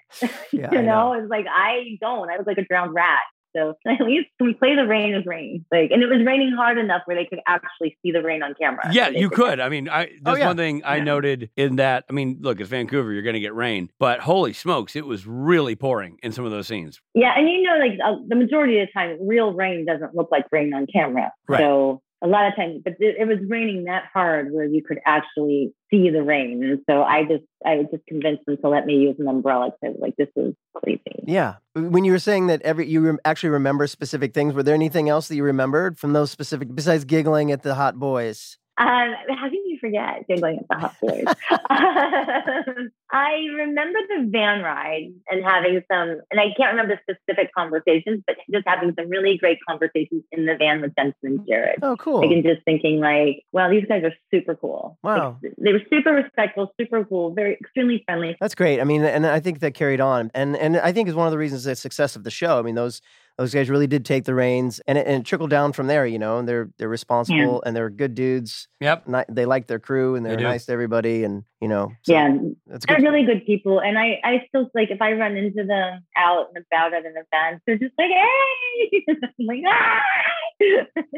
Speaker 1: Yeah, I
Speaker 3: you know? it's like i don't i look like a drowned rat so at least we play the rain as rain like and it was raining hard enough where they could actually see the rain on camera
Speaker 2: Yeah,
Speaker 3: So they
Speaker 2: you could. I mean, I
Speaker 1: Oh,
Speaker 2: there's
Speaker 1: yeah.
Speaker 2: one thing I
Speaker 3: Yeah.
Speaker 2: noted in that. I mean, look, it's Vancouver. You're going to get rain, but holy smokes, it was really pouring in some of those scenes.
Speaker 3: Yeah, and you know, like uh, the majority of the time, real rain doesn't look like rain on camera.
Speaker 2: Right.
Speaker 3: So a lot of times, but it, it was raining that hard where you could actually see the rain. And so I just, I was just convinced them to let me use an umbrella because I was like, this is crazy.
Speaker 1: Yeah. When you were saying that every you rem- actually remember specific things, were there anything else that you remembered from those specific besides giggling at the hot boys?
Speaker 3: Um, how can you forget giggling at the hot boys? um, I remember the van ride and having some, and I can't remember specific conversations, but just having some really great conversations in the van with Jensen and Jared.
Speaker 1: Oh, cool.
Speaker 3: Like, and just thinking like, wow, these guys are super cool.
Speaker 1: Wow.
Speaker 3: Like, they were super respectful, super cool, very extremely friendly.
Speaker 1: That's great. I mean, and I think that carried on, and and I think is one of the reasons the success of the show. I mean, those those guys really did take the reins, and it, and it trickled down from there. You know, and they're they're responsible, and they're good dudes.
Speaker 2: Yep.
Speaker 1: Ni- they like their crew, and
Speaker 2: They
Speaker 1: they're
Speaker 2: do.
Speaker 1: nice to everybody, and you know, so
Speaker 3: Yeah,
Speaker 1: that's
Speaker 3: they're
Speaker 1: good.
Speaker 3: really good people, and I, I still like if I run into them out and about at an event, they're just like, hey, I'm like ah.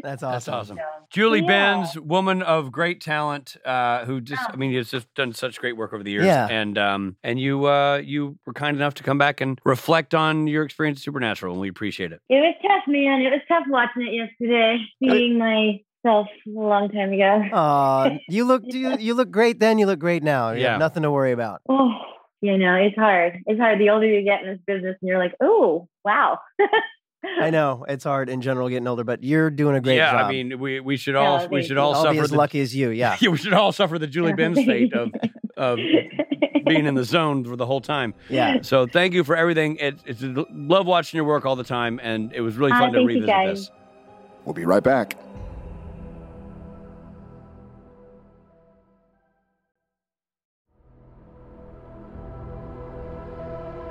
Speaker 1: That's awesome.
Speaker 2: That's awesome.
Speaker 3: So,
Speaker 2: Julie
Speaker 3: Yeah.
Speaker 2: Benz, woman of great talent, uh, who just, I mean, has just done such great work over the years.
Speaker 1: Ah. Yeah.
Speaker 2: And um, and you uh, you were kind enough to come back and reflect on your experience at Supernatural, and we appreciate it.
Speaker 3: it was tough, man. It was tough watching it yesterday, seeing myself a long time ago.
Speaker 1: Oh. Aw, you look you, you look great then. You look great now. You
Speaker 2: Yeah.
Speaker 1: have nothing to worry about.
Speaker 3: Oh, you know, it's hard. It's hard. The older you get in this business, and you're like, oh, wow.
Speaker 1: I know it's hard in general getting older, but you're doing a great
Speaker 2: yeah,
Speaker 1: job.
Speaker 2: I mean, we we should
Speaker 3: Yeah,
Speaker 2: all we
Speaker 3: thank
Speaker 2: should
Speaker 3: you.
Speaker 2: all
Speaker 1: I'll be
Speaker 2: suffer
Speaker 1: as
Speaker 2: the
Speaker 1: lucky as you. Yeah.
Speaker 2: we should all suffer the Julie Benz state of of being in the zone for the whole time.
Speaker 1: Yeah.
Speaker 2: So thank you for everything. It, it's love watching your work all the time, and it was really
Speaker 3: Hi,
Speaker 2: fun to
Speaker 3: thank you,
Speaker 2: revisit
Speaker 3: guys.
Speaker 2: this.
Speaker 4: We'll be right back.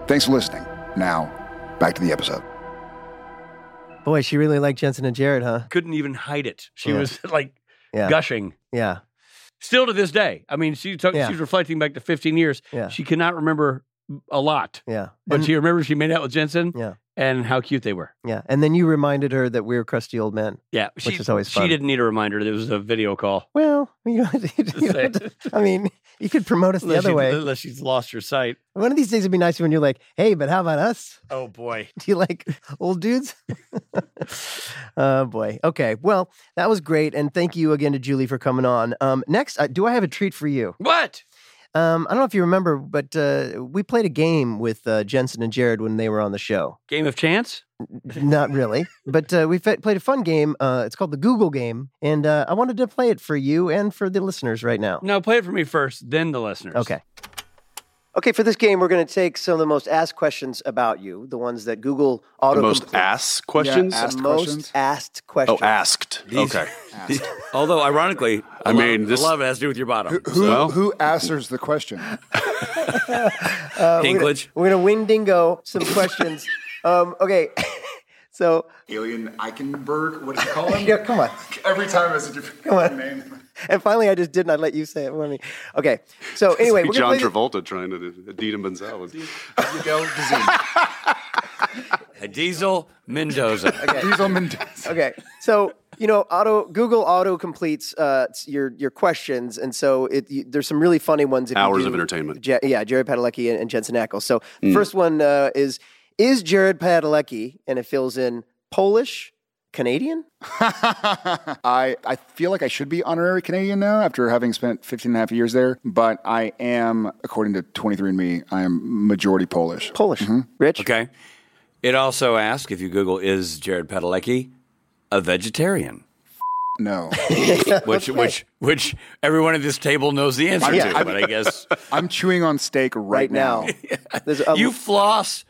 Speaker 4: Thanks for listening. Now, back to the episode.
Speaker 1: Boy, she really liked Jensen and Jared, huh?
Speaker 2: Couldn't even hide it. She
Speaker 1: Yeah.
Speaker 2: was like
Speaker 1: Yeah.
Speaker 2: gushing.
Speaker 1: Yeah.
Speaker 2: Still to this day, I mean, she took,
Speaker 1: Yeah.
Speaker 2: she's reflecting back to 15 years.
Speaker 1: Yeah.
Speaker 2: She cannot remember a lot,
Speaker 1: Yeah.
Speaker 2: but
Speaker 1: And-
Speaker 2: she remembers she made out with Jensen.
Speaker 1: Yeah.
Speaker 2: and how cute they were.
Speaker 1: yeah. And then you reminded her that we're crusty old men.
Speaker 2: Yeah, she,
Speaker 1: is always
Speaker 2: She
Speaker 1: fun.
Speaker 2: didn't need a reminder. It was a video call.
Speaker 1: Well, you know, you don't- I mean, you could promote us the
Speaker 2: Unless
Speaker 1: other
Speaker 2: she-
Speaker 1: way.
Speaker 2: unless she's lost her sight.
Speaker 1: One of these days, it'd be nice when you're like, "Hey, but how about us?
Speaker 2: Oh boy.
Speaker 1: Do you like old dudes?" oh boy. Okay. Well, that was great, and thank you again to Julie for coming on. Um, next, uh, do I have a treat for you?
Speaker 2: What?
Speaker 1: Um, I don't know if you remember, but uh, we played a game with uh, Jensen and Jared when they were on the show.
Speaker 2: Game of chance?
Speaker 1: Not really, but uh, we fe- played a fun game. Uh, it's called the Google game, and uh, I wanted to play it for you and for the listeners right now.
Speaker 2: No, play it for me first, then the listeners.
Speaker 1: Okay. Okay, for this game, we're going to take some of the most asked questions about you, the ones that Google auto
Speaker 5: The most asked questions?
Speaker 4: asked
Speaker 1: most
Speaker 4: questions?
Speaker 1: asked
Speaker 5: oh,
Speaker 1: questions.
Speaker 5: asked.
Speaker 6: These-
Speaker 5: okay.
Speaker 4: Asked.
Speaker 6: Although, ironically,
Speaker 5: I
Speaker 6: a
Speaker 5: mean,
Speaker 6: lot,
Speaker 5: this-
Speaker 6: a lot of it has to do with your bottom.
Speaker 4: Who,
Speaker 5: Well-
Speaker 4: who answers the question?
Speaker 1: Uh, we're gonna-
Speaker 6: Dinklage.
Speaker 1: We're going to win Dingo some questions. um, okay, so
Speaker 4: Alien Eichenberg, what do you call
Speaker 1: yeah, come on.
Speaker 4: Every time I said your
Speaker 1: on.
Speaker 4: name.
Speaker 1: And finally, I just didn't. I let you say it. Funny. Okay, so anyway, we're
Speaker 5: John
Speaker 1: gonna play the-
Speaker 5: Travolta trying to do Adina Menzel.
Speaker 6: A Diesel Mendoza.
Speaker 4: Diesel Mendoza.
Speaker 1: Okay, so you know, auto Google auto completes uh, your your questions, and so it, you, there's some really funny ones. If you
Speaker 5: Hours
Speaker 1: do-
Speaker 5: of entertainment. Hmm.
Speaker 1: Je- yeah, Jared Padalecki and, and Jensen Ackles. So the first one uh, is is Jared Padalecki, and it fills in Polish, Canadian.
Speaker 4: I, I feel like I should be honorary Canadian now after having spent 15 and a half years there, but I am, according to 23andMe, I am majority Polish.
Speaker 1: Polish, Rich.
Speaker 6: Okay. It also asks if you Google, is Jared Padalecki a vegetarian?
Speaker 4: No.
Speaker 6: Which, which, which everyone at this table knows the answer
Speaker 1: Yeah.
Speaker 6: to, but I guess
Speaker 4: I'm chewing on steak right,
Speaker 1: Right now, There's, um,
Speaker 6: you floss,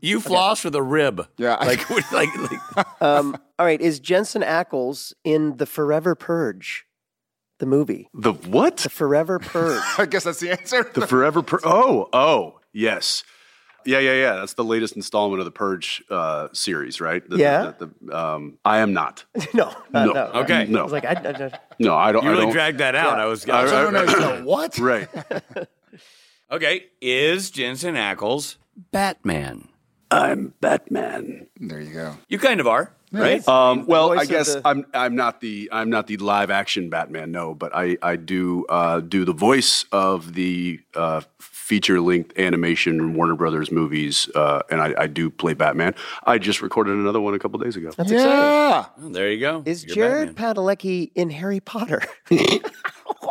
Speaker 6: you floss with a rib.
Speaker 4: Yeah, I-
Speaker 6: Like, with- like, like
Speaker 1: um, all right. Is Jensen Ackles in the Forever Purge, the movie,
Speaker 5: The what?
Speaker 1: the Forever Purge?
Speaker 4: I guess that's the answer.
Speaker 5: The Forever Pur- Oh, oh, yes. Yeah, yeah, yeah. That's the latest installment of the Purge uh, series, right? The-
Speaker 1: Yeah.
Speaker 5: the- the- um, I am not.
Speaker 1: no, uh,
Speaker 5: No.
Speaker 6: Okay.
Speaker 1: I
Speaker 5: No,
Speaker 1: was like, I, I, I-
Speaker 5: no, I don't.
Speaker 6: you
Speaker 5: I
Speaker 6: really
Speaker 5: don't.
Speaker 6: dragged that out. I was, I was-
Speaker 4: So no, no, so what?
Speaker 5: right.
Speaker 6: okay. Is Jensen Ackles Batman?
Speaker 5: I'm Batman.
Speaker 4: There you go.
Speaker 6: You kind of are, right?
Speaker 5: Um, well,
Speaker 1: voice
Speaker 5: I
Speaker 1: of
Speaker 5: guess
Speaker 1: the-
Speaker 5: I'm I'm not the I'm not the live action Batman, no, but I I do uh, do the voice of the uh, feature length animation Warner Brothers movies, uh, and I, I do play Batman. I just recorded another one a couple days ago.
Speaker 1: That's exciting.
Speaker 4: yeah.
Speaker 2: Oh, there you go.
Speaker 1: Is
Speaker 2: You're
Speaker 1: Jared
Speaker 2: Batman.
Speaker 1: Padalecki in Harry Potter?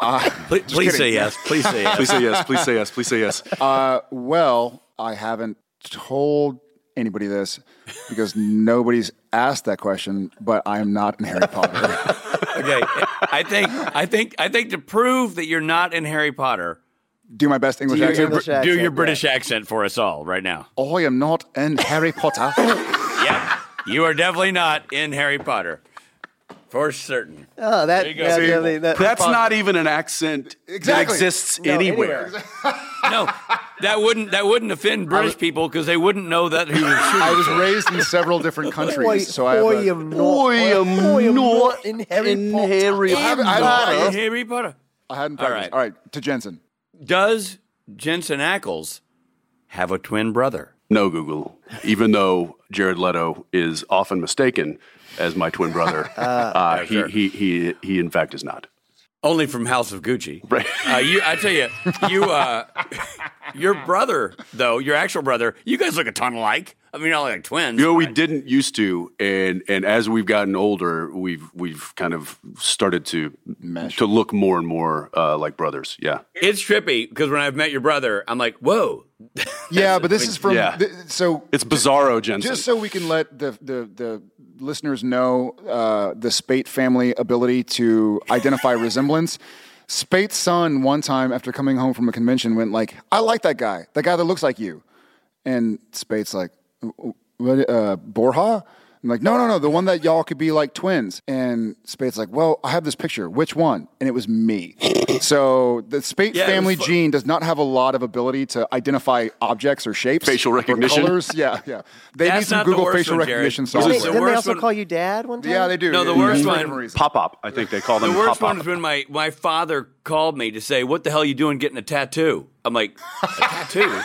Speaker 4: Uh,
Speaker 2: Please, please
Speaker 4: kidding.
Speaker 2: say yes. Please say yes.
Speaker 5: Please say yes. Please say yes. Please say yes.
Speaker 4: uh, well, I haven't told anybody this because nobody's asked that question, but I am not in Harry Potter.
Speaker 2: okay. I think I think I think to prove that you're not in Harry Potter,
Speaker 4: Do my best English
Speaker 1: Do your
Speaker 4: accent.
Speaker 1: English-
Speaker 2: do
Speaker 1: accent, yeah.
Speaker 2: your British accent for us all right now.
Speaker 4: I am not in Harry Potter.
Speaker 2: Yep. you are definitely not in Harry Potter. For certain.
Speaker 1: Oh, that,
Speaker 2: you go.
Speaker 1: that-
Speaker 2: See,
Speaker 1: that- that-
Speaker 5: That's not even an accent that
Speaker 4: Exactly.
Speaker 5: exists
Speaker 1: No,
Speaker 5: anywhere.
Speaker 1: anywhere.
Speaker 2: No. That wouldn't that wouldn't offend British people because they wouldn't know that who was shooting.
Speaker 4: I was raised in several different countries, so I have
Speaker 1: Oi, um,
Speaker 4: a-
Speaker 1: am not, oi, am not in Harry Potter.
Speaker 4: I haven't- I haven't-
Speaker 2: Potter. Harry Potter.
Speaker 4: I hadn't practiced. All
Speaker 2: right.
Speaker 4: right. to Jensen.
Speaker 2: Does Jensen Ackles have a twin brother?
Speaker 5: No, Google. Even though Jared Leto is often mistaken as my twin brother, uh, he, he, he, he, in fact, is not.
Speaker 2: Only from House of Gucci.
Speaker 5: Right.
Speaker 2: Uh, you, I tell you, you, uh, your brother though, your actual brother, you guys look a ton alike. I mean, you're not like twins.
Speaker 5: You know, we didn't used to, and and as we've gotten older, we've we've kind of started to to look more and more uh, like brothers. Yeah,
Speaker 2: It's trippy because when I've met your brother, I'm like, whoa.
Speaker 4: Yeah, but this is from
Speaker 5: Yeah.
Speaker 4: th- so
Speaker 5: it's bizarro, Jensen.
Speaker 4: just so we can let the the, the listeners know uh, the Spate family ability to identify resemblance. Spate's son one time after coming home from a convention went like, "I like that guy, the guy that looks like you," and Spate's like, "What, uh, Borja?" I'm like, "No, no, no, the one that y'all could be like twins." And Spate's like, "Well, I have this picture. Which one?" And it was me. so the Spate
Speaker 2: Yeah, it was
Speaker 4: family
Speaker 2: fu-
Speaker 4: gene does not have a lot of ability to identify objects or shapes,
Speaker 5: Facial
Speaker 4: or
Speaker 5: recognition.
Speaker 4: colors. Yeah, yeah. They
Speaker 2: That's
Speaker 4: need some
Speaker 2: not the
Speaker 4: Google
Speaker 2: worst
Speaker 4: facial
Speaker 2: one, Jared.
Speaker 4: recognition
Speaker 2: This is
Speaker 1: Didn't
Speaker 4: software.
Speaker 1: they,
Speaker 2: the
Speaker 1: didn't they
Speaker 2: worst
Speaker 1: also
Speaker 2: one-
Speaker 1: call you dad one time?
Speaker 4: yeah, they do.
Speaker 2: No, the
Speaker 4: Yeah,
Speaker 2: worst
Speaker 4: for
Speaker 2: one-
Speaker 4: different reasons.
Speaker 5: pop up. I think they call
Speaker 2: The
Speaker 5: them
Speaker 2: worst
Speaker 5: pop up.
Speaker 2: one has been my, my father called me to say, what the hell you doing getting a tattoo? I'm like, a tattoo?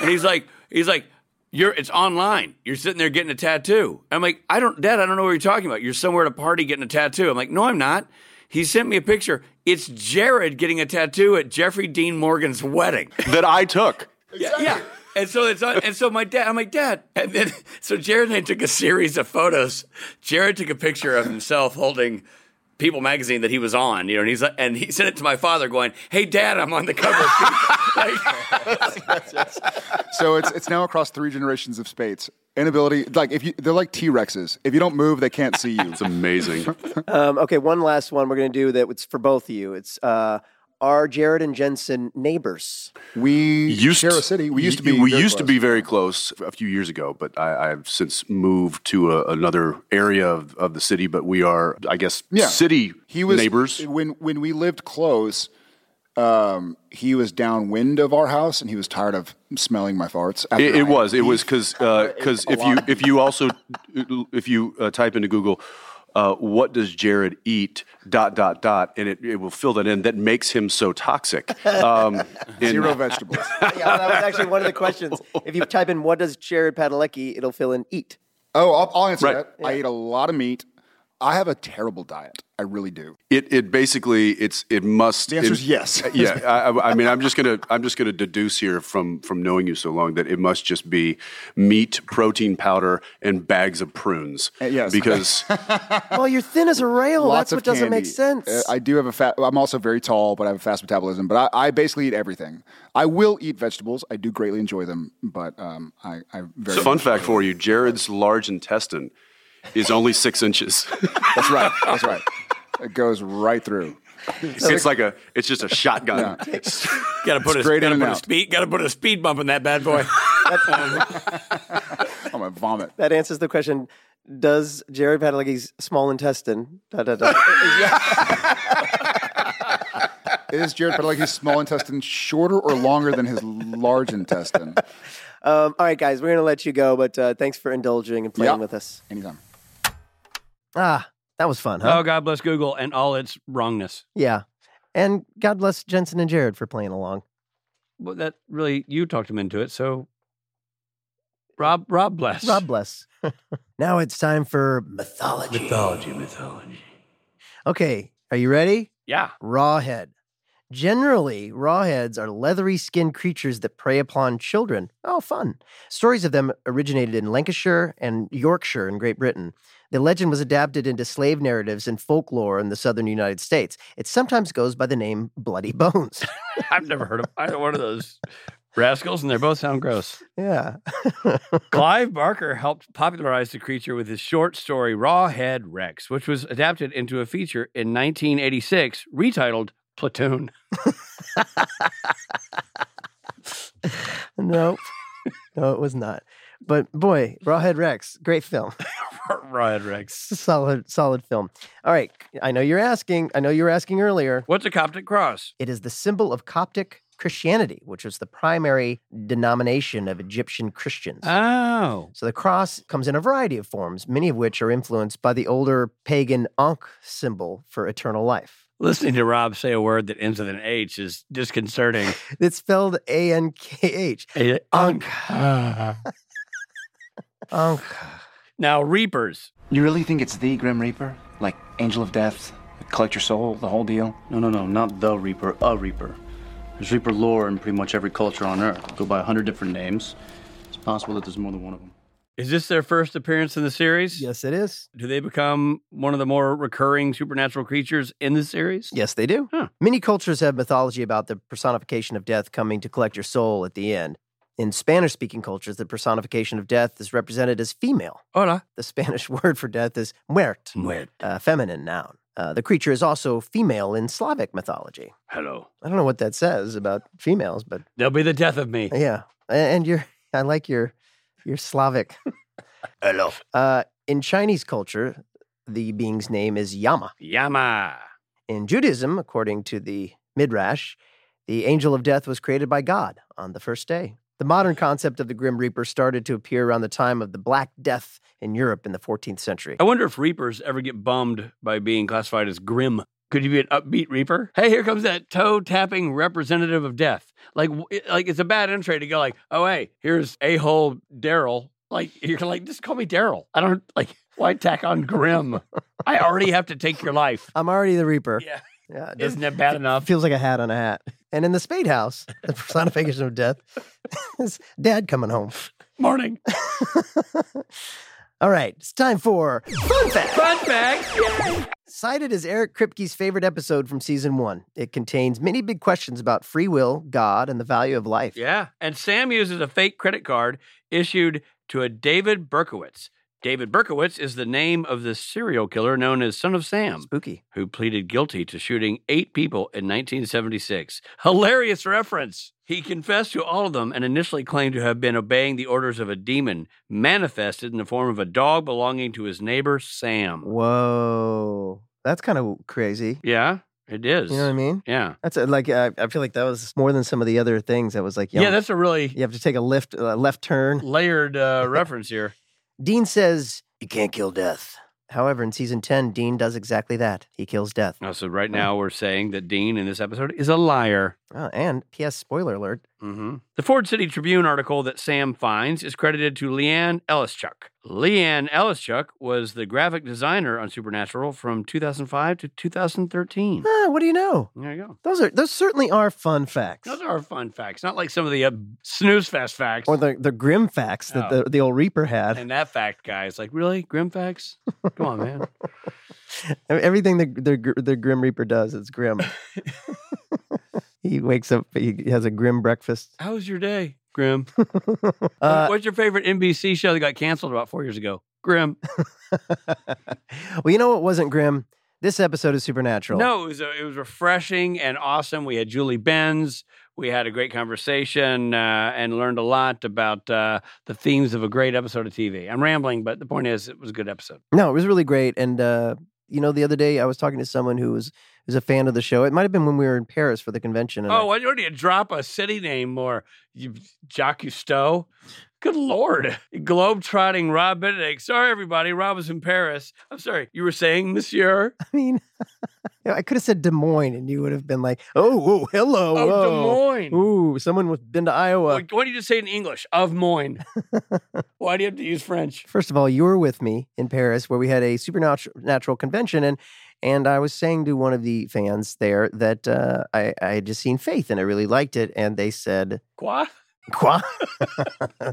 Speaker 2: and he's like, he's like, you're, it's online. You're sitting there getting a tattoo. I'm like, I don't, dad, I don't know what you're talking about. You're somewhere at a party getting a tattoo. I'm like, no, I'm not. He sent me a picture. It's Jared getting a tattoo at Jeffrey Dean Morgan's wedding.
Speaker 5: that I took.
Speaker 2: Yeah. And so it's on, and so my dad, I'm like, Dad. And then, so Jared and I took a series of photos. Jared took a picture of himself holding People magazine that he was on, you know, and he's like, and he sent it to my father going, Hey, Dad, I'm on the cover. of People." Like,
Speaker 4: So it's it's now across three generations of Spates. Inability, like if you, they're like T Rexes. If you don't move, they can't see you.
Speaker 5: It's amazing.
Speaker 1: Um, okay, one last one we're going to do that it's for both of you. It's uh, are Jared and Jensen neighbors?
Speaker 4: We
Speaker 5: used
Speaker 4: share a city. We used to
Speaker 5: y-
Speaker 4: be.
Speaker 5: we
Speaker 4: very
Speaker 5: used to
Speaker 4: close.
Speaker 5: be very close a few years ago but I, i've since moved to a, another area of, of the city but we are i guess
Speaker 4: Yeah.
Speaker 5: city
Speaker 4: He was
Speaker 5: neighbors
Speaker 4: when when we lived close. Um, he was downwind of our house, and he was tired of smelling my farts. after
Speaker 5: it, it
Speaker 4: I-
Speaker 5: was it was because because if you if you also if you uh, type into google uh, what does Jared eat? Dot dot dot, and it, it will fill that in. That makes him so toxic. Um, and-
Speaker 4: zero vegetables.
Speaker 1: yeah, that was actually one of the questions. If you type in what does Jared Padalecki, it'll fill in eat.
Speaker 4: oh, I'll, I'll answer
Speaker 5: Right.
Speaker 4: that. I eat a lot of meat. I have a terrible diet. I really do.
Speaker 5: It it basically it's it must.
Speaker 4: The answer
Speaker 5: it-
Speaker 4: is yes.
Speaker 5: yeah, I, I- I mean, I'm just gonna I'm just gonna deduce here from from knowing you so long that it must just be meat, protein powder, and bags of prunes.
Speaker 4: Uh, yes.
Speaker 5: because
Speaker 1: Well, you're thin as a rail.
Speaker 4: Lots
Speaker 1: Oh, That's
Speaker 4: of
Speaker 1: what doesn't
Speaker 4: candy.
Speaker 1: make sense.
Speaker 4: Uh, I do have a fat. I'm also very tall, but I have a fast metabolism. But I, I basically eat everything. I will eat vegetables. I do greatly enjoy them, but um, I, I very.
Speaker 5: fun fact for you, Jared's large intestine is only six inches.
Speaker 4: That's right. That's right. It goes right through.
Speaker 5: it's like a it's just a shotgun.
Speaker 2: gotta put, a,
Speaker 4: Straight
Speaker 2: gotta
Speaker 4: in and
Speaker 2: put a
Speaker 4: out.
Speaker 2: speed, gotta put a speed bump in that bad boy.
Speaker 4: I'm gonna vomit.
Speaker 1: that answers the question. Does Jared Padalecki's small intestine? Da, da, da.
Speaker 4: Is Jared Padalecki's small intestine shorter or longer than his large intestine?
Speaker 1: um, all right, guys, we're going to let you go, but uh, thanks for indulging and playing
Speaker 4: Yeah.
Speaker 1: with us.
Speaker 4: Anytime.
Speaker 1: Ah, that was fun, huh?
Speaker 2: oh, God bless Google and all its wrongness.
Speaker 1: Yeah. And God bless Jensen and Jared for playing along.
Speaker 2: Well, that really, you talked him into it. So, Rob, Rob bless.
Speaker 1: God bless. now it's time for mythology.
Speaker 2: Mythology, mythology.
Speaker 1: Okay, are you ready?
Speaker 2: Yeah.
Speaker 1: Rawhead. Generally, rawheads are leathery skinned creatures that prey upon children. Oh, fun. Stories of them originated in Lancashire and Yorkshire in Great Britain. The legend was adapted into slave narratives and folklore in the southern United States. It sometimes goes by the name Bloody Bones.
Speaker 2: I've never heard of either one of those rascals, and they both sound gross.
Speaker 1: yeah.
Speaker 2: Clive Barker helped popularize the creature with his short story Rawhead Rex, which was adapted into a feature in 1986 retitled Platoon.
Speaker 1: Nope. no, it was not. But boy, Rawhead Rex, great film.
Speaker 2: Rawhead Rex.
Speaker 1: solid, solid film. All right. I know you're asking. I know you were asking earlier.
Speaker 2: What's a Coptic cross?
Speaker 1: It is the symbol of Coptic Christianity, which was the primary denomination of Egyptian Christians.
Speaker 2: Oh.
Speaker 1: So the cross comes in a variety of forms, many of which are influenced by the older pagan Ankh symbol for eternal life.
Speaker 2: Listening to Rob say a word that ends with an H is disconcerting.
Speaker 1: It's spelled A N K H. Ankh. Ankh.
Speaker 2: Now, reapers.
Speaker 7: You really think it's the Grim Reaper? Like Angel of Death, collect your soul, the whole deal?
Speaker 8: No, no, no, not the Reaper, a Reaper. There's Reaper lore in pretty much every culture on Earth. Go by a hundred different names. It's possible that there's more than one of them.
Speaker 2: Is this their first appearance in the series?
Speaker 1: Yes, it is.
Speaker 2: Do they become one of the more recurring supernatural creatures in the series?
Speaker 1: Yes, they do.
Speaker 2: Huh.
Speaker 1: Many cultures have mythology about the personification of death coming to collect your soul at the end. In Spanish speaking cultures, the personification of death is represented as female.
Speaker 2: Hola.
Speaker 1: The Spanish word for death is muerte, a feminine noun. Uh, the creature is also female in Slavic mythology.
Speaker 2: Hello.
Speaker 1: I don't know what that says about females, but
Speaker 2: They'll be the death of me.
Speaker 1: yeah. A- And you're, I like your, your Slavic.
Speaker 2: Hello.
Speaker 1: Uh, in Chinese culture, the being's name is Yama.
Speaker 2: Yama.
Speaker 1: In Judaism, according to the Midrash, the angel of death was created by God on the first day. The modern concept of the Grim Reaper started to appear around the time of the Black Death in Europe in the 14th century.
Speaker 2: I wonder if reapers ever get bummed by being classified as grim. Could you be an upbeat reaper? Hey, here comes that toe tapping representative of death. Like, w- like it's a bad entry to go like, oh hey, here's a hole Daryl. Like you're like, just call me Daryl. I don't like why tack on grim. I already have to take your life.
Speaker 1: I'm already the Reaper.
Speaker 2: Yeah.
Speaker 1: Yeah, it doesn't-
Speaker 2: Isn't that bad
Speaker 1: it
Speaker 2: enough?
Speaker 1: feels like a hat on a hat. And in the Spade House, the personification of death is Dad coming home.
Speaker 2: Morning.
Speaker 1: All right, it's time for Fun Fact.
Speaker 2: Fun fact.
Speaker 1: Cited as Eric Kripke's favorite episode from season one, it contains many big questions about free will, God, and the value of life.
Speaker 2: Yeah. And Sam uses a fake credit card issued to a David Berkowitz. David Berkowitz is the name of the serial killer known as Son of Sam,
Speaker 1: Spooky.
Speaker 2: who pleaded guilty to shooting eight people in 1976. Hilarious reference. He confessed to all of them and initially claimed to have been obeying the orders of a demon manifested in the form of a dog belonging to his neighbor, Sam.
Speaker 1: Whoa, that's kind of crazy.
Speaker 2: Yeah, it is.
Speaker 1: You know what I mean?
Speaker 2: Yeah.
Speaker 1: That's a, like I, I feel like that was more than some of the other things. That was like you
Speaker 2: Yeah,
Speaker 1: know,
Speaker 2: that's a really
Speaker 1: you have to take a lift uh, left turn.
Speaker 2: layered uh, reference here.
Speaker 1: Dean says you can't kill death. However, in season ten, Dean does exactly that. He kills death.
Speaker 2: Uh, so right now we're saying that Dean in this episode is a liar.
Speaker 1: Oh, and P.S. Spoiler alert. Mm-hmm.
Speaker 2: hmm The Ford City Tribune article that Sam finds is credited to Leanne Ellischuk. Leanne Ellischuk was the graphic designer on Supernatural from 2005 to 2013.
Speaker 1: Ah, what do you know?
Speaker 2: There you go.
Speaker 1: Those are those certainly are fun facts.
Speaker 2: Those are fun facts, not like some of the uh, snooze fest facts.
Speaker 1: Or the, the grim facts that
Speaker 2: Oh.
Speaker 1: the, the old Reaper had.
Speaker 2: and that fact, guys, like really grim facts. Come on, man.
Speaker 1: I mean, Everything the, the gr- the Grim Reaper does, it's grim. he wakes up, he has a grim breakfast.
Speaker 2: How was your day, Grim?
Speaker 1: Uh,
Speaker 2: What's your favorite NBC show that got canceled about four years ago? Grim.
Speaker 1: well, you know what wasn't grim? This episode is supernatural.
Speaker 2: No, it was uh it was refreshing and awesome. We had Julie Benz. We had a great conversation uh, and learned a lot about uh, the themes of a great episode of TV. I'm rambling, but the point is, it was a good episode.
Speaker 1: no, it was really great. And uh, you know, the other day I was talking to someone who was who's a fan of the show. It might have been when we were in Paris for the convention. And I-
Speaker 2: Oh, why don't you drop a city name or you, Jock Cousteau? Good Lord. Globe-trotting Rob Benedict. Sorry, everybody. Rob was in Paris. I'm sorry. You were saying, Monsieur?
Speaker 1: I mean, I could have said Des Moines, and you would have been like, "Oh, whoa, hello,
Speaker 2: of
Speaker 1: whoa.
Speaker 2: Des Moines. Oh,
Speaker 1: Ooh, someone with been to Iowa."
Speaker 2: Why why don't you just say it in English? Of Moines. why do you have to use French?
Speaker 1: First of all, you were with me in Paris where we had a supernatural natural convention, and And I was saying to one of the fans there that uh, I, I had just seen Faith and I really liked it. And they said,
Speaker 2: Quaff?
Speaker 1: Qua? uh,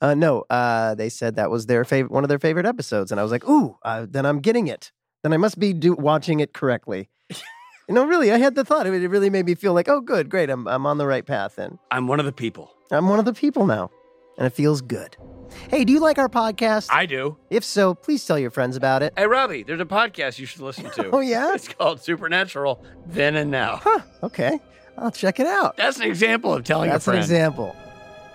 Speaker 1: uh, no, uh, they said that was their favorite, one of their favorite episodes, and I was like, "Ooh, uh, then I'm getting it. Then I must be do- watching it correctly." you know, really, I had the thought. It it really made me feel like, "Oh, good, great, I'm I'm on the right path." Then
Speaker 2: I'm one of the people.
Speaker 1: I'm one of the people now, and it feels good. Hey, do you like our podcast?
Speaker 2: I do.
Speaker 1: if so, please tell your friends about it.
Speaker 2: Hey, Robbie, there's a podcast you should listen to.
Speaker 1: Oh yeah,
Speaker 2: It's called Supernatural Then and Now.
Speaker 1: okay, I'll check it out.
Speaker 2: That's an example of telling
Speaker 1: That's
Speaker 2: a
Speaker 1: an
Speaker 2: friend.
Speaker 1: example.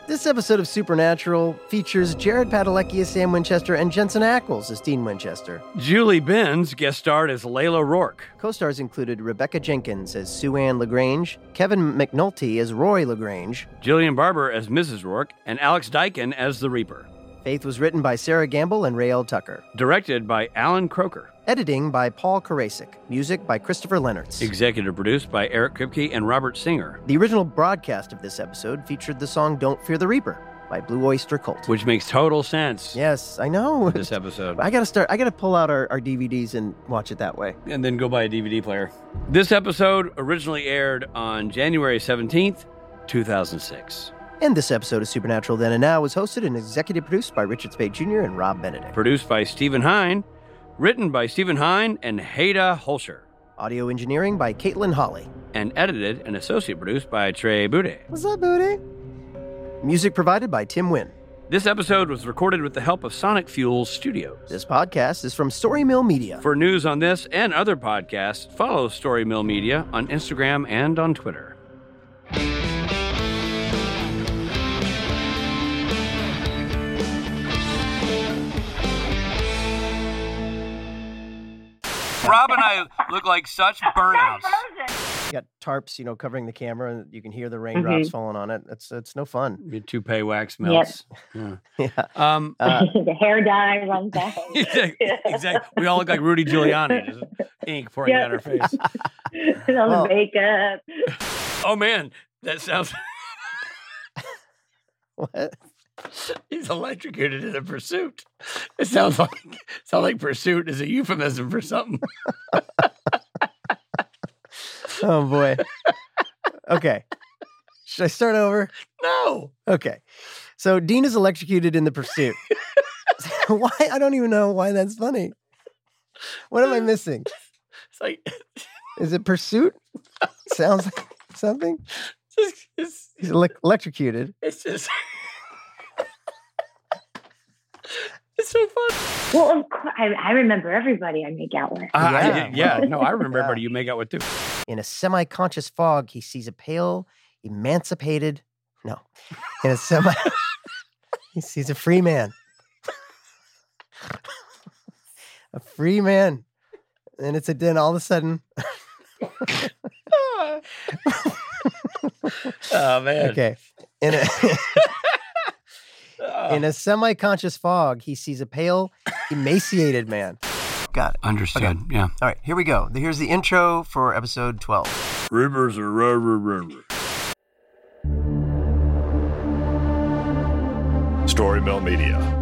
Speaker 1: This episode of Supernatural features Jared Padalecki as Sam Winchester and Jensen Ackles as Dean Winchester.
Speaker 2: Julie Benz guest starred as Layla Rourke.
Speaker 1: Co-stars included Rebecca Jenkins as Sue Ann LaGrange, Kevin McNulty as Roy LaGrange.
Speaker 2: Jillian Barber as Mrs. Rourke, and Alex Dykin as the Reaper.
Speaker 1: Faith was written by Sarah Gamble and Rael Tucker.
Speaker 2: Directed by Alan Croker.
Speaker 1: Editing by Paul Karasik. Music by Christopher Leonards.
Speaker 2: Executive produced by Eric Kripke and Robert Singer,
Speaker 1: the original broadcast of this episode featured the song Don't Fear the Reaper by Blue Oyster Cult.
Speaker 2: which makes total sense
Speaker 1: Yes, I know.
Speaker 2: for this episode.
Speaker 1: I gotta start, I gotta pull out our, our DVDs and watch it that way.
Speaker 2: And then go buy a DVD player. This episode originally aired on January 17th, 2006.
Speaker 1: And this episode of Supernatural Then and Now was hosted and executive produced by Richard Spade Jr. and Rob Benedict.
Speaker 2: Produced by Stephen Hine, written by Stephen Hine and Haida Holscher,
Speaker 1: Audio engineering by Caitlin Holly.
Speaker 2: and edited and associate produced by Trey Bude.
Speaker 1: What's up, booty? Music provided by Tim Wynn.
Speaker 2: This episode was recorded with the help of Sonic Fuel Studios.
Speaker 1: This podcast is from Story Mill Media.
Speaker 2: For news on this and other podcasts, follow Story Mill Media on Instagram and on Twitter. Rob and I look like such burnouts.
Speaker 1: You got tarps, you know, covering the camera, and you can hear the raindrops falling on it. It's it's no fun.
Speaker 2: Your toupee wax melts.
Speaker 1: Yeah.
Speaker 2: Yeah. Um,
Speaker 1: Uh,
Speaker 3: the hair dye runs out.
Speaker 2: exactly, exactly. We all look like Rudy Giuliani, just ink pouring
Speaker 3: Yeah.
Speaker 2: down our face.
Speaker 3: And all
Speaker 1: Well-
Speaker 3: the makeup.
Speaker 2: Oh man, that sounds.
Speaker 1: what?
Speaker 2: He's electrocuted in a pursuit. It sounds like sounds like pursuit is a euphemism for something.
Speaker 1: Oh boy. Okay. Should I start over?
Speaker 2: No.
Speaker 1: Okay. So Dean is electrocuted in the pursuit. why? I don't even know why that's funny. What am I missing?
Speaker 2: It's like
Speaker 1: Is it pursuit? Sounds like something.
Speaker 2: it's, it's,
Speaker 1: He's elec electrocuted.
Speaker 2: it's just It's so fun.
Speaker 3: Well, of course, I, I remember everybody I make out with.
Speaker 2: I- I
Speaker 1: Yeah.
Speaker 2: did- yeah, no, I remember
Speaker 1: Yeah.
Speaker 2: everybody you make out with too.
Speaker 1: In a semi conscious fog, he sees a pale, emancipated. No. In a semi. he sees a free man. a free man. And it's a then all of a sudden.
Speaker 2: Oh man.
Speaker 1: Okay. In a. In a semi conscious fog, he sees a pale, emaciated man. Got it.
Speaker 2: Understood. Yeah.
Speaker 1: All right, here we go. Here's the intro for episode 12.
Speaker 6: Rumors are rumors.
Speaker 9: Story Mill Media.